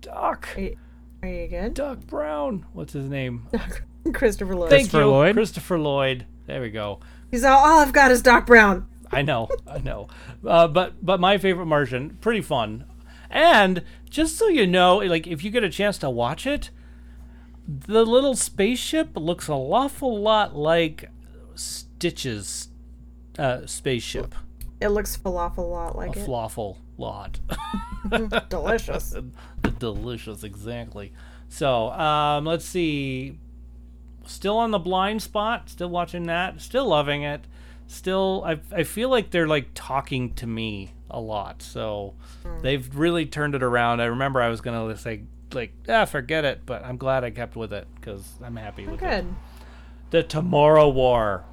Doc, Are you, are you good? Doc Brown. What's his name? Christopher Lloyd. Thank Christopher you, Lloyd? Christopher Lloyd. There we go. He's all, all I've got is Doc Brown. I know, I know. Uh, but but my favorite Martian, pretty fun. And just so you know, like if you get a chance to watch it, the little spaceship looks an awful lot like Stitch's uh, spaceship. It looks falafel a lot like a it. flawful lot. Delicious. Delicious, exactly. So um, let's see. Still on the blind spot. Still watching that. Still loving it. Still, I I feel like they're like talking to me a lot. So Hmm. they've really turned it around. I remember I was gonna say like ah forget it, but I'm glad I kept with it because I'm Oh, happy with it. Good. The Tomorrow War.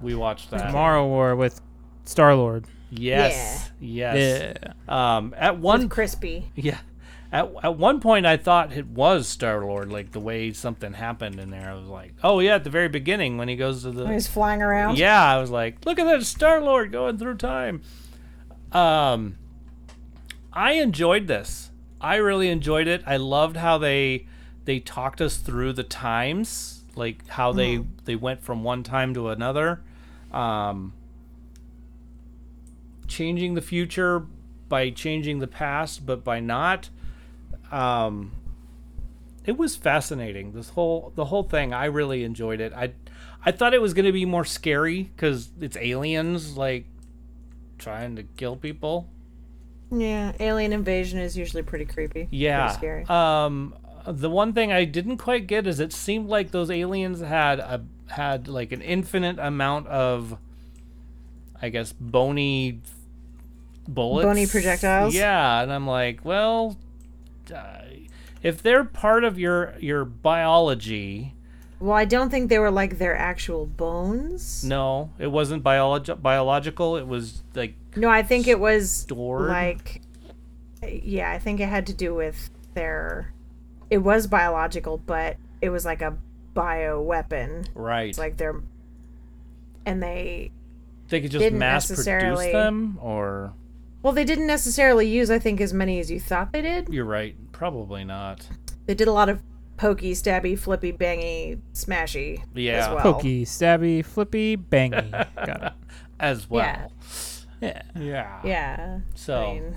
We watched that. Tomorrow War with Star Lord. Yes. Yes. Yeah. Um, at one It's crispy. Yeah. At, at one point, I thought it was Star Lord, like the way something happened in there. I was like, oh, yeah, at the very beginning when he goes to When the. he's flying around. Yeah, I was like, look at that Star Lord going through time. Um, I enjoyed this. I really enjoyed it. I loved how they they talked us through the times, like how they they went from one time to another. Um, changing the future by changing the past, but by not. Um, it was fascinating. This whole the whole thing. I really enjoyed it. I I thought it was going to be more scary because it's aliens like trying to kill people. Yeah, Alien invasion is usually pretty creepy. Yeah. Pretty scary. Um, the one thing I didn't quite get is it seemed like those aliens had a had like an infinite amount of, I guess, bony bullets, Bony projectiles? Yeah, and I'm like, well, uh, if they're part of your your biology, well, I don't think they were like their actual bones. no, it wasn't biologi- biological. It was like No, I think it was stored. like yeah, I think it had to do with their it was biological, but it was like a bio weapon. right, It's like their and they they could just didn't mass produce necessarily- them, or well, they didn't necessarily use I think as many as you thought they did. you're right, probably not. They did a lot of pokey, stabby, flippy, bangy, smashy as Yeah. well. Pokey, stabby, flippy, bangy. Got it. as Yeah. well. Yeah. Yeah. Yeah. So, I mean,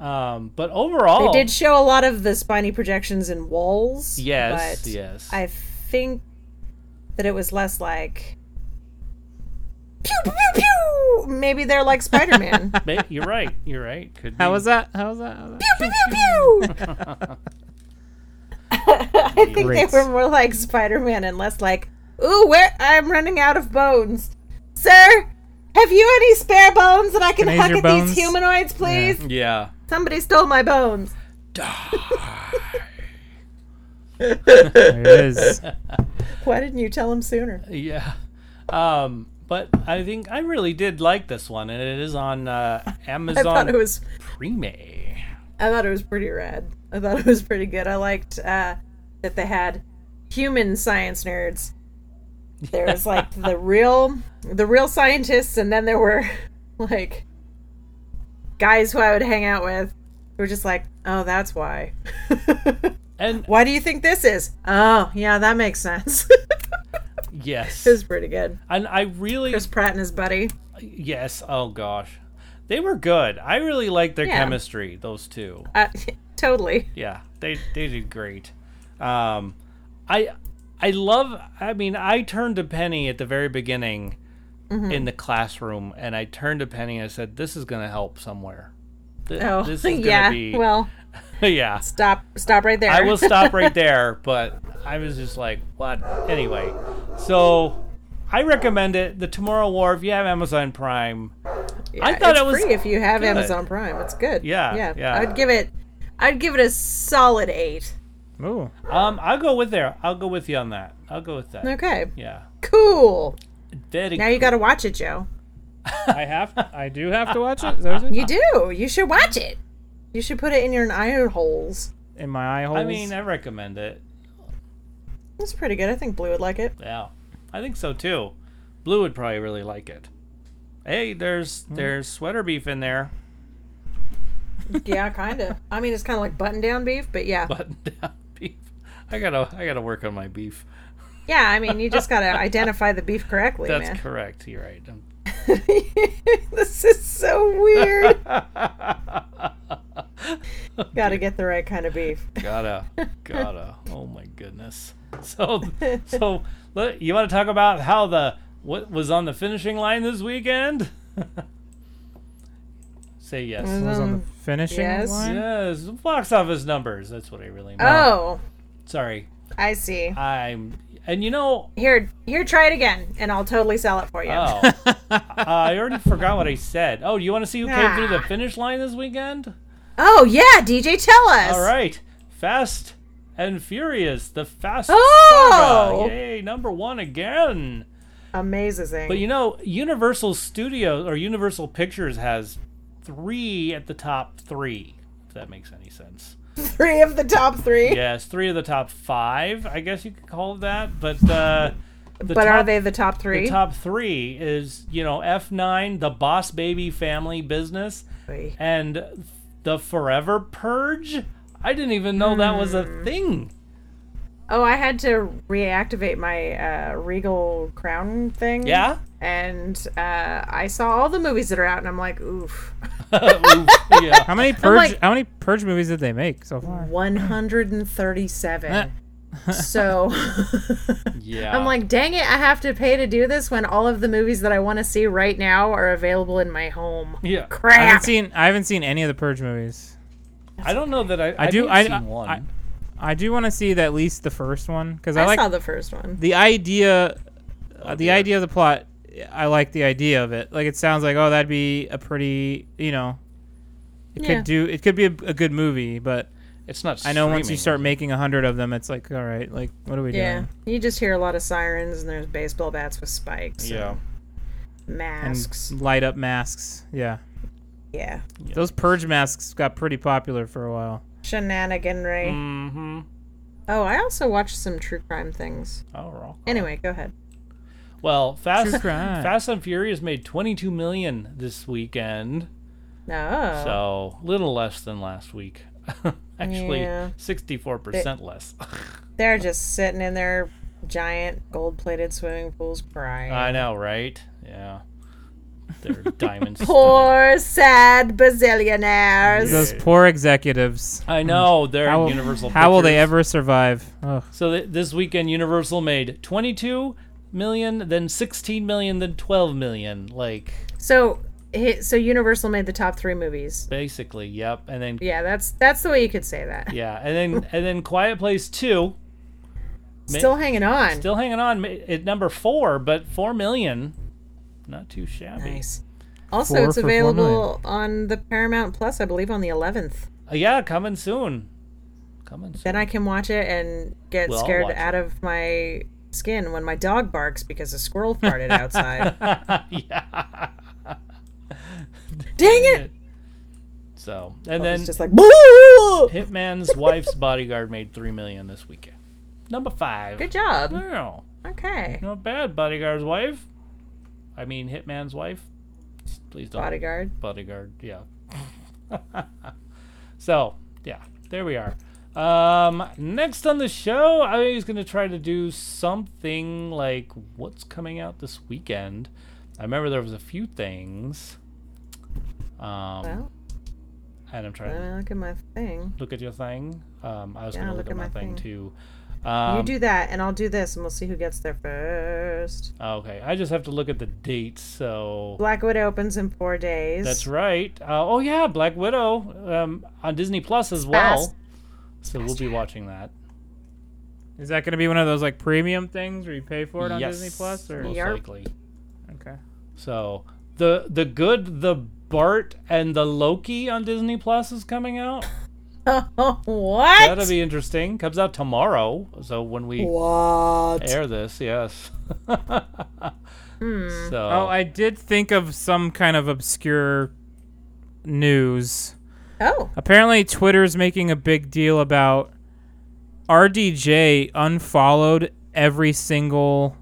um, but overall, they did show a lot of the spiny projections in walls. yes, but yes. I think that it was less like pew pew pew. pew. Maybe they're like Spider-Man. pew Ma- you're right. You're right. Could How be. was that? How was that? How was that? pew pew pew. I think Great. they were more like Spider-Man and less like, "Ooh, where I'm running out of bones, sir." Have you any spare bones that I can, I use huck your at bones?" these humanoids, please? Yeah. Somebody stole my bones. There it is. Why didn't you tell him sooner? Yeah. Um, but I think I really did like this one, and it is on uh, I thought Amazon it was Prime. I thought it was pretty rad. I thought it was pretty good. I liked uh, that they had human science nerds. There was like the real, the real scientists, and then there were like guys who I would hang out with who were just like, "Oh, that's why." And why do you think this is? Oh, yeah, that makes sense. yes, it was pretty good. and I really Chris Pratt and his buddy. yes. Oh gosh, they were good. I really liked their Yeah. chemistry. Those two. Uh, totally. yeah they they did great um i i love i mean i turned to penny at the very beginning Mm-hmm. in the classroom and i turned to penny and i said this is gonna help somewhere Th- Oh, this is gonna yeah. be Well, yeah stop, stop right there. I will stop right there, but I was just like, what? Anyway, so I recommend it. The Tomorrow War, if you have Amazon Prime, Yeah, I thought it's it was free if you have good. Amazon Prime. It's good. Yeah, yeah, yeah. I'd give it. I'd give it a solid eight. Ooh. um, I'll go with there. I'll go with you on that. I'll go with that. Okay, Yeah. cool. Very Now you got to watch it, Joe. I have. I do have to watch it. Is that what it is? You do. You should watch it. You should put it in your eye holes. In my eye holes. I mean, I recommend it. It's pretty good. I think Blue would like it. Yeah, I think so too. Blue would probably really like it. Hey, there's Hmm. there's sweater beef in there. yeah, kind of. I mean, it's kind of like button down beef, but yeah, Button down beef. I gotta I gotta work on my beef. yeah. I mean, you just got to identify the beef correctly, That's man. correct. You're right. I'm- this is so weird. Gotta get the right kind of beef. Oh. gotta gotta oh my goodness so so let, you want to talk about how the what was on the finishing line this weekend say yes was on the Um, finishing yes. line. yes box office numbers that's what i really meant Oh, sorry I see. i'm and you know Here, here, try it again, and I'll totally sell it for you. oh i already forgot what i said oh you want to see who came through the finish line this weekend Oh yeah, DJ, tell us. All right, Fast and Furious, the Fast Oh! Saga, yay, number one again. Amazing. But you know, Universal Studios or Universal Pictures has three at the top three. If that makes any sense. three of the top three. Yes, three of the top five, I guess you could call it that. But uh, the but top, are they the top three? the top three is you know F nine, the Boss Baby Family Business, Oy. and the Forever Purge. I didn't even know that was a Hmm. thing. Oh, I had to reactivate my uh, Regal crown thing. Yeah. And uh, I saw all the movies that are out, and I'm like, oof, Ooh, yeah. How many purge? like- how many purge movies did they make so far? 137. so Yeah. I'm like, dang it, I have to pay to do this when all of the movies that I want to see right now are available in my home. yeah. I Crap. haven't seen. I haven't seen any of the purge movies. I don't know that I. I, do- do. I- I've I- seen one. I- I do want to see at least the first one because I, I like saw the first one. the idea. uh, the idea of the plot. I like the idea of it. Like it sounds like oh that'd be a pretty you know. It Yeah. could do. It could be a, a good movie, but it's not. I know once you streaming. start making a hundred of them, it's like all right, like what are we Yeah. doing? You just hear a lot of sirens, and there's baseball bats with spikes. and Yeah. Masks. And light up masks. Yeah. yeah. Those purge masks got pretty popular for a while. Shenaniganry. Mm-hmm. Oh, I also watched some true crime things. Oh, rock. Anyway, go ahead. Well, Fast True crime. Fast and Furious made 22 million this weekend, No. Oh. so little less than last week. Actually, Yeah. 64 percent less. uh, They're just sitting in their giant gold plated swimming pools crying. I know, right? Yeah. They're diamonds. Poor sad bazillionaires. Those poor executives. I know they're How, Universal. how will they Pictures. ever survive? Ugh. So th- this weekend, Universal made 22 million, then 16 million, then 12 million. Like So, hi- so Universal made the top three movies. basically, yep. And then yeah, Yeah, that's that's the way you could say that. and then and then Quiet Place Two, ma- Still hanging on. still hanging on ma- at number four, but four million, not too shabby. nice. Also, Four it's for four available on the Paramount Plus, I believe, on the 11th. Uh, yeah, coming soon. Coming soon. Then I can watch it and get Well, I'll scared watch out of my skin when my dog barks because a squirrel farted outside. yeah. Dang it! So and It's then just like "Boo!" Hitman's Wife's Bodyguard made three million this weekend. Number five. Good job. Wow. Okay. Not bad, bodyguard's wife. I mean, hitman's wife. Please don't. Bodyguard. Bodyguard, yeah. so, yeah, there we are. Um, next on the show, I was going to try to do something like what's coming out this weekend. I remember there was a few things. Um, Well, and I'm trying let to me look at my thing. look at your thing. Um, I was Yeah, going to look, at my thing, too. Um, You do that, and I'll do this, and we'll see who gets there first. oh, Okay, I just have to look at the dates. So Black Widow opens in four days. That's right. Uh, oh yeah, Black Widow um, on Disney Plus as fast. well. So we'll be watching that. Is that going to be one of those like premium things where you pay for it on Yes, Disney Plus? Or most Yarp. likely. okay, So the the good, the Bart, and the Loki on Disney Plus is coming out. Oh, what? That'll be interesting. Comes out tomorrow. So when we what? air this, yes. So Oh, I did think of some kind of obscure news. Oh, Apparently, Twitter's making a big deal about RDJ unfollowed every single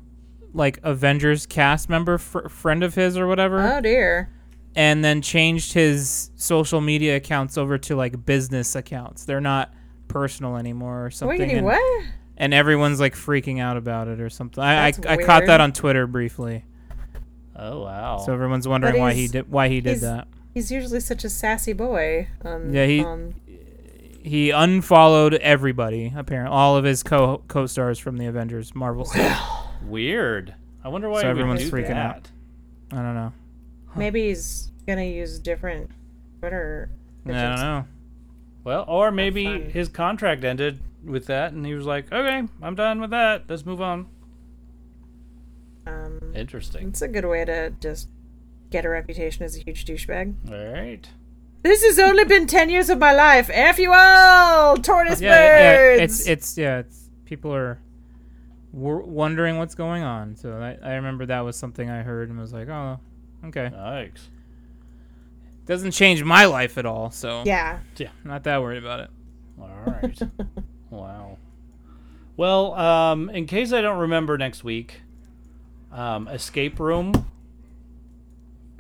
like Avengers cast member fr- friend of his or whatever. oh dear. and then changed his social media accounts over to like business accounts. They're not personal anymore or something. Wait, and, what? and everyone's like freaking out about it or something. I, I, That's I caught weird. that on Twitter briefly, oh wow. so everyone's wondering But why he's- he did why he did he's- that. He's usually such a sassy boy. On, Yeah, he- on- He unfollowed everybody, apparently all of his co co stars from the Avengers Marvel. stuff. Weird. I wonder So why he would everyone's do freaking that. out. I don't know. maybe he's gonna use different Twitter. I don't know. Well, or maybe fun. his contract ended with that, and he was like, "Okay, I'm done with that. Let's move on." Um, Interesting. it's a good way to just get a reputation as a huge douchebag. All right. This has only been ten years of my life. F you all, tortoise Yeah, yeah, birds. Yeah, it's it's yeah, it's people are w- wondering what's going on. So I, I remember that was something I heard and was like, oh, okay. Nice. Doesn't change my life at all. So yeah. not that worried about it. All right. wow. Well, um, in case I don't remember next week, um, escape room.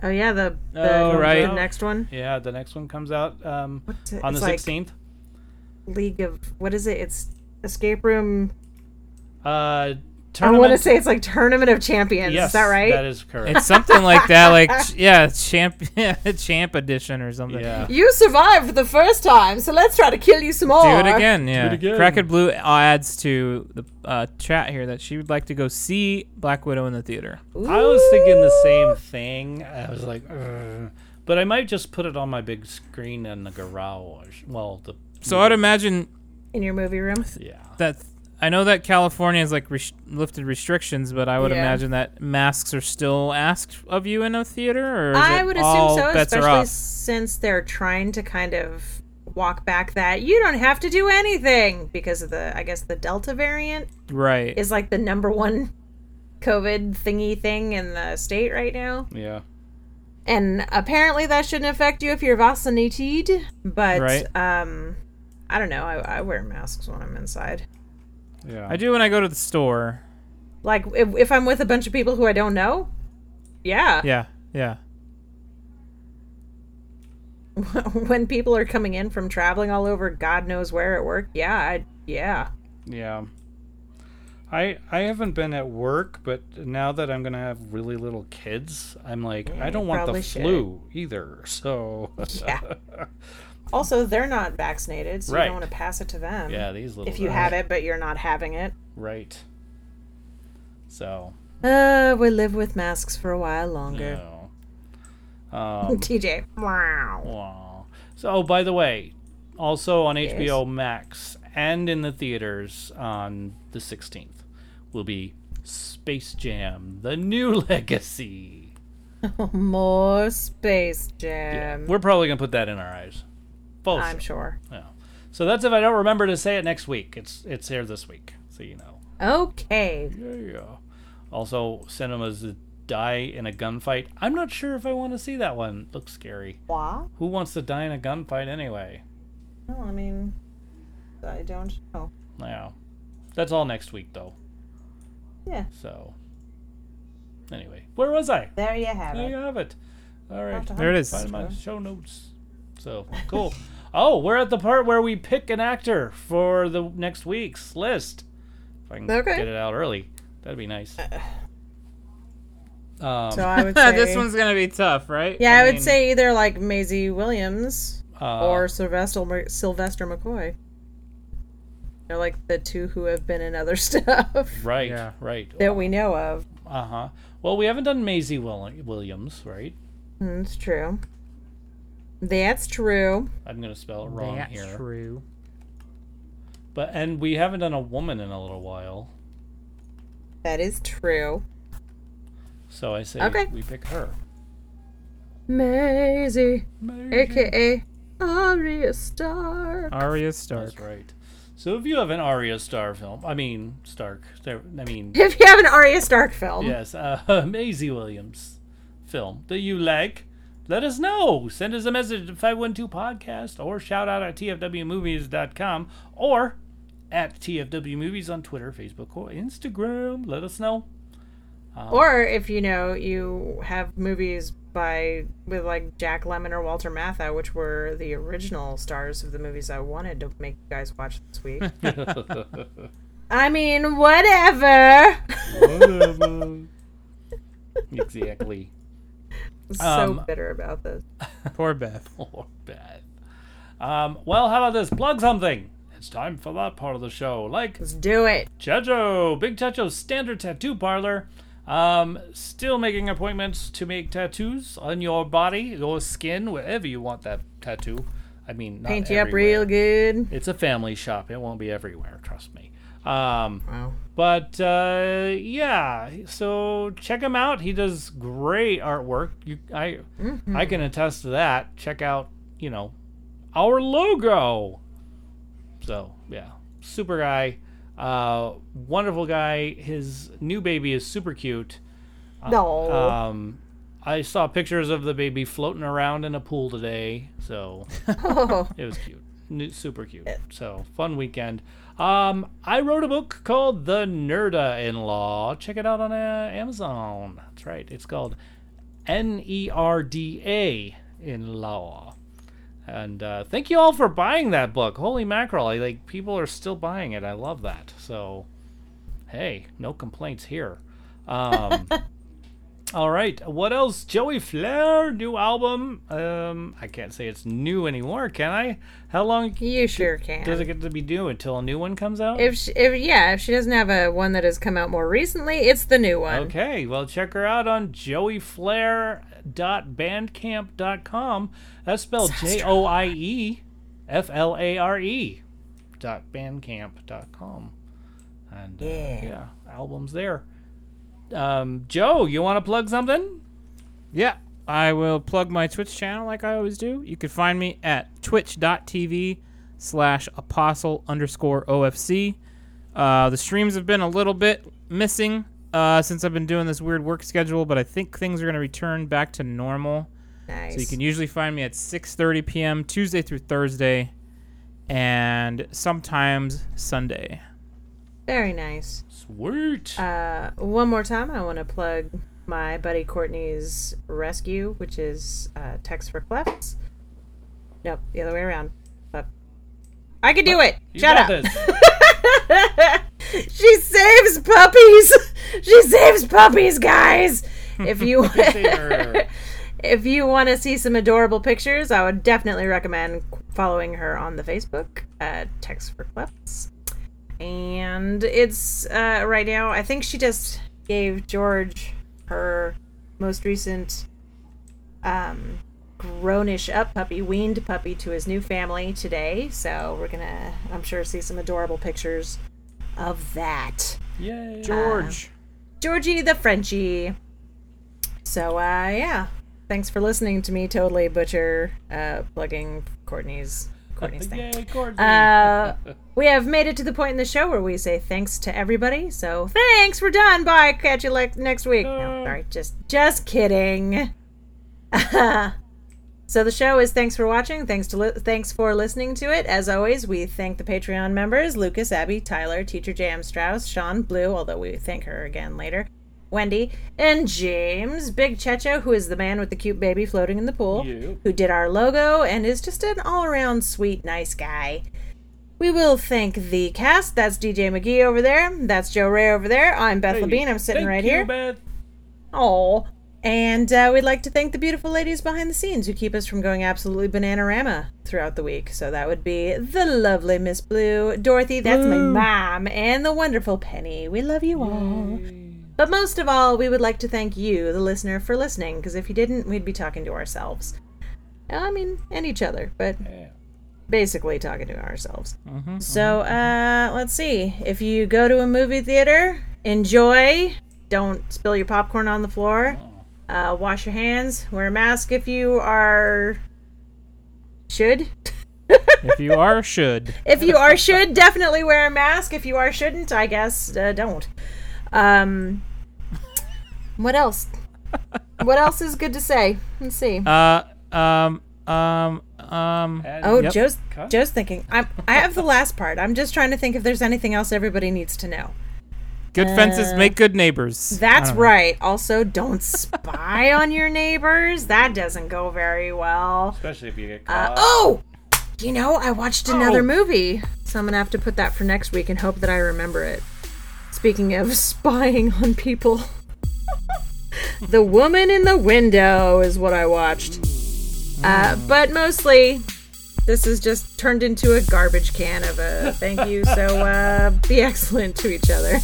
Oh yeah, the, the, Oh, the right. next one. Yeah, the next one comes out um, What's it? on the it's like 16th. League of what is it? It's escape room. Uh, I want to tournament- say it's like tournament of champions. Yes, is that right? That is correct. It's something like that, like ch- yeah, champ, champ edition or something. yeah. You survived the first time, so let's try to kill you some more. Do it again, yeah. again. Cracked Blue adds to the uh, chat here that she would like to go see Black Widow in the theater. I was thinking the same thing. I was like, "Ugh." but I might just put it on my big screen in the garage. Well, the So I'd imagine in your movie room. yeah, that I know that California has like res- lifted restrictions, but I would Yeah. imagine that masks are still asked of you in a theater. Or is I it would assume all so, bets are especially off? since they're trying to kind of walk back that you don't have to do anything because of the I guess the Delta variant right? is like the number one COVID thingy thing in the state right now. yeah. And apparently that shouldn't affect you if you're vaccinated, but Right. um I don't know. I, I wear masks when I'm inside. Yeah. I do when I go to the store. Like if, if I'm with a bunch of people who I don't know, yeah. Yeah, yeah. when people are coming in from traveling all over god knows where at work yeah I, yeah Yeah. I I haven't been at work, but now that I'm gonna have really little kids, I'm like I Mm, you don't want the probably should. flu either. So yeah also they're not vaccinated so you Right. don't want to pass it to them yeah, these little if you guys. have it but you're not having it right. So uh we live with masks for a while longer no. Um, tj wow wow. So oh, by the way, also on Yes. HBO Max and in the theaters on the 16th will be Space Jam: The New Legacy. more space Yeah, jam we're probably gonna put that in our eyes. Both. i'm sure Yeah. So that's if I don't remember to say it next week. It's it's here this week, so you know. okay Yeah. Also, cinemas die in a gunfight. I'm not sure if I want to see that one. Looks scary. wow Who wants to die in a gunfight anyway? well, i mean i don't know Yeah. That's all next week though. yeah So. Anyway, where was I? there you have There you it have it. All right. After There it is. Find my Sure. show notes. So cool. oh, we're at the part where we pick an actor for the next week's list. If I can Okay. Uh, get it out early, that'd be nice. Um, so i would say this one's gonna be tough, right? Yeah, I, would mean, say either like Maisie Williams uh, or Sylvester Mer- Sylvester McCoy. They're like the two who have been in other stuff right, Yeah. right. that we know of. Uh huh. Well, we haven't done Maisie Will- Williams, right? Mm, It's true. That's true. I'm gonna spell it wrong that's here. true. But and we haven't done a woman in a little while, That is true. so I say Okay. we pick her. Maisie, Maisie. Uh, aka Arya Stark. Arya Stark. That's right. So if you have an Arya Star film, I mean Stark, there, I mean If you have an Arya Stark film, yes, uh, Maisie Williams film that you like, let us know. Send us a message at 512 podcast or shout out at tfwmovies.com or at tfwmovies on Twitter, Facebook, or Instagram. Let us know. or if you know you have movies by with like Jack Lemmon or Walter Matthau, which were the original stars of the movies I wanted to make you guys watch this week. I mean, whatever. Whatever. exactly. I'm so Um, bitter about this. Poor Beth. Poor Beth. Um, well, how about this? Plug something. It's time for that part of the show. Like Let's do it. uh, Checho, Big Checho's Standard Tattoo Parlor. Um, still making appointments to make tattoos on your body, your skin, wherever you want that tattoo. I mean, not Paint you up everywhere. real good. It's a family shop. It won't be everywhere, trust me. Um, Wow. but uh, yeah, so check him out. He does great artwork. You, I, I can attest to that. Check out, you know, our logo. So yeah, super guy, uh, wonderful guy. His new baby is super cute. Uh, No. Um, I saw pictures of the baby floating around in a pool today, so oh. it was cute. N- Super cute. So, fun weekend. Um, I wrote a book called The Nerda in Law. Check it out on uh, Amazon. That's right. It's called N E R D A in Law. And uh, thank you all for buying that book. Holy mackerel. I, like, people are still buying it. I love that. So, hey, no complaints here. Um, all right. What else? Joey Flair, new album. Um, I can't say it's new anymore, can I? How long You sure can. does it get to be new until a new one comes out? if, she, if yeah, if she doesn't have a one that has come out more recently, it's the new one. Okay, well, check her out on joeyflair.bandcamp.com. That's spelled J O I E F L A R E dot bandcamp.com. And uh, Yeah. yeah, albums there. Um, Joe, you want to plug something? Yeah, I will plug my Twitch channel like I always do. You can find me at twitch.tv slash apostle underscore OFC. Uh, the streams have been a little bit missing uh, since I've been doing this weird work schedule, but I think things are going to return back to normal. Nice. So you can usually find me at 6:30 p.m. Tuesday through Thursday, and sometimes Sunday. Very nice. Sweet. Uh, one more time, I want to plug my buddy Courtney's rescue, which is uh, Text for Clefts. Nope, the other way around. But I can do it. you Shut up. got this. She saves puppies. she saves puppies, guys. If you There. if you want to see some adorable pictures, I would definitely recommend following her on the Facebook uh, Text for Clips. And it's uh, right now. I think she just gave George her most recent um, grownish up puppy, weaned puppy, to his new family today. So we're gonna, I'm sure, see some adorable pictures of that. Yay. George. Georgie the Frenchie. So, uh, yeah. Thanks for listening to me totally butcher uh, plugging Courtney's Courtney's thing. Yay, Courtney. Uh, we have made it to the point in the show where we say thanks to everybody. So thanks, we're done. Bye. Catch you like next week. No, sorry, just just kidding. so the show is thanks for watching. Thanks to li- thanks for listening to it. As always, we thank the Patreon members: Lucas, Abby, Tyler, Teacher Jam, Strauss, Sean, Blue. Although we thank her again later. Wendy and James, Big Checho, who is the man with the cute baby floating in the pool, You. who did our logo and is just an all around sweet, nice guy. We will thank the cast. That's DJ McGee over there. That's Joe Ray over there. I'm Beth Levine. I'm sitting Thank right you, here. Beth. Oh, and uh, we'd like to thank the beautiful ladies behind the scenes who keep us from going absolutely bananarama throughout the week. So that would be the lovely Miss Blue, Dorothy. That's my mom, and the wonderful Penny. We love you all. But most of all, we would like to thank you, the listener, for listening. Because if you didn't, we'd be talking to ourselves. I mean, and each other, but Yeah. basically talking to ourselves. so uh, let's see. If you go to a movie theater, enjoy. Don't spill your popcorn on the floor. Uh, wash your hands. Wear a mask if you are should. if you are, should. If you are should, definitely wear a mask. If you are shouldn't, I guess uh, don't. Um, what else? What else is good to say? Let's see. Uh, um, um, um. And- Oh, Yep. Joe's Okay. Joe's thinking. I'm, I have the last part. I'm just trying to think if there's anything else everybody needs to know. Good fences make good neighbors. That's I don't know. right. Also, don't spy on your neighbors. That doesn't go very well. Especially if you get Uh, caught. oh, you know, I watched another Oh. movie, so I'm gonna have to put that for next week and hope that I remember it. Speaking of spying on people, The Woman in the Window is what I watched. Uh, but mostly, this is just turned into a garbage can of a thank you. So uh, be excellent to each other.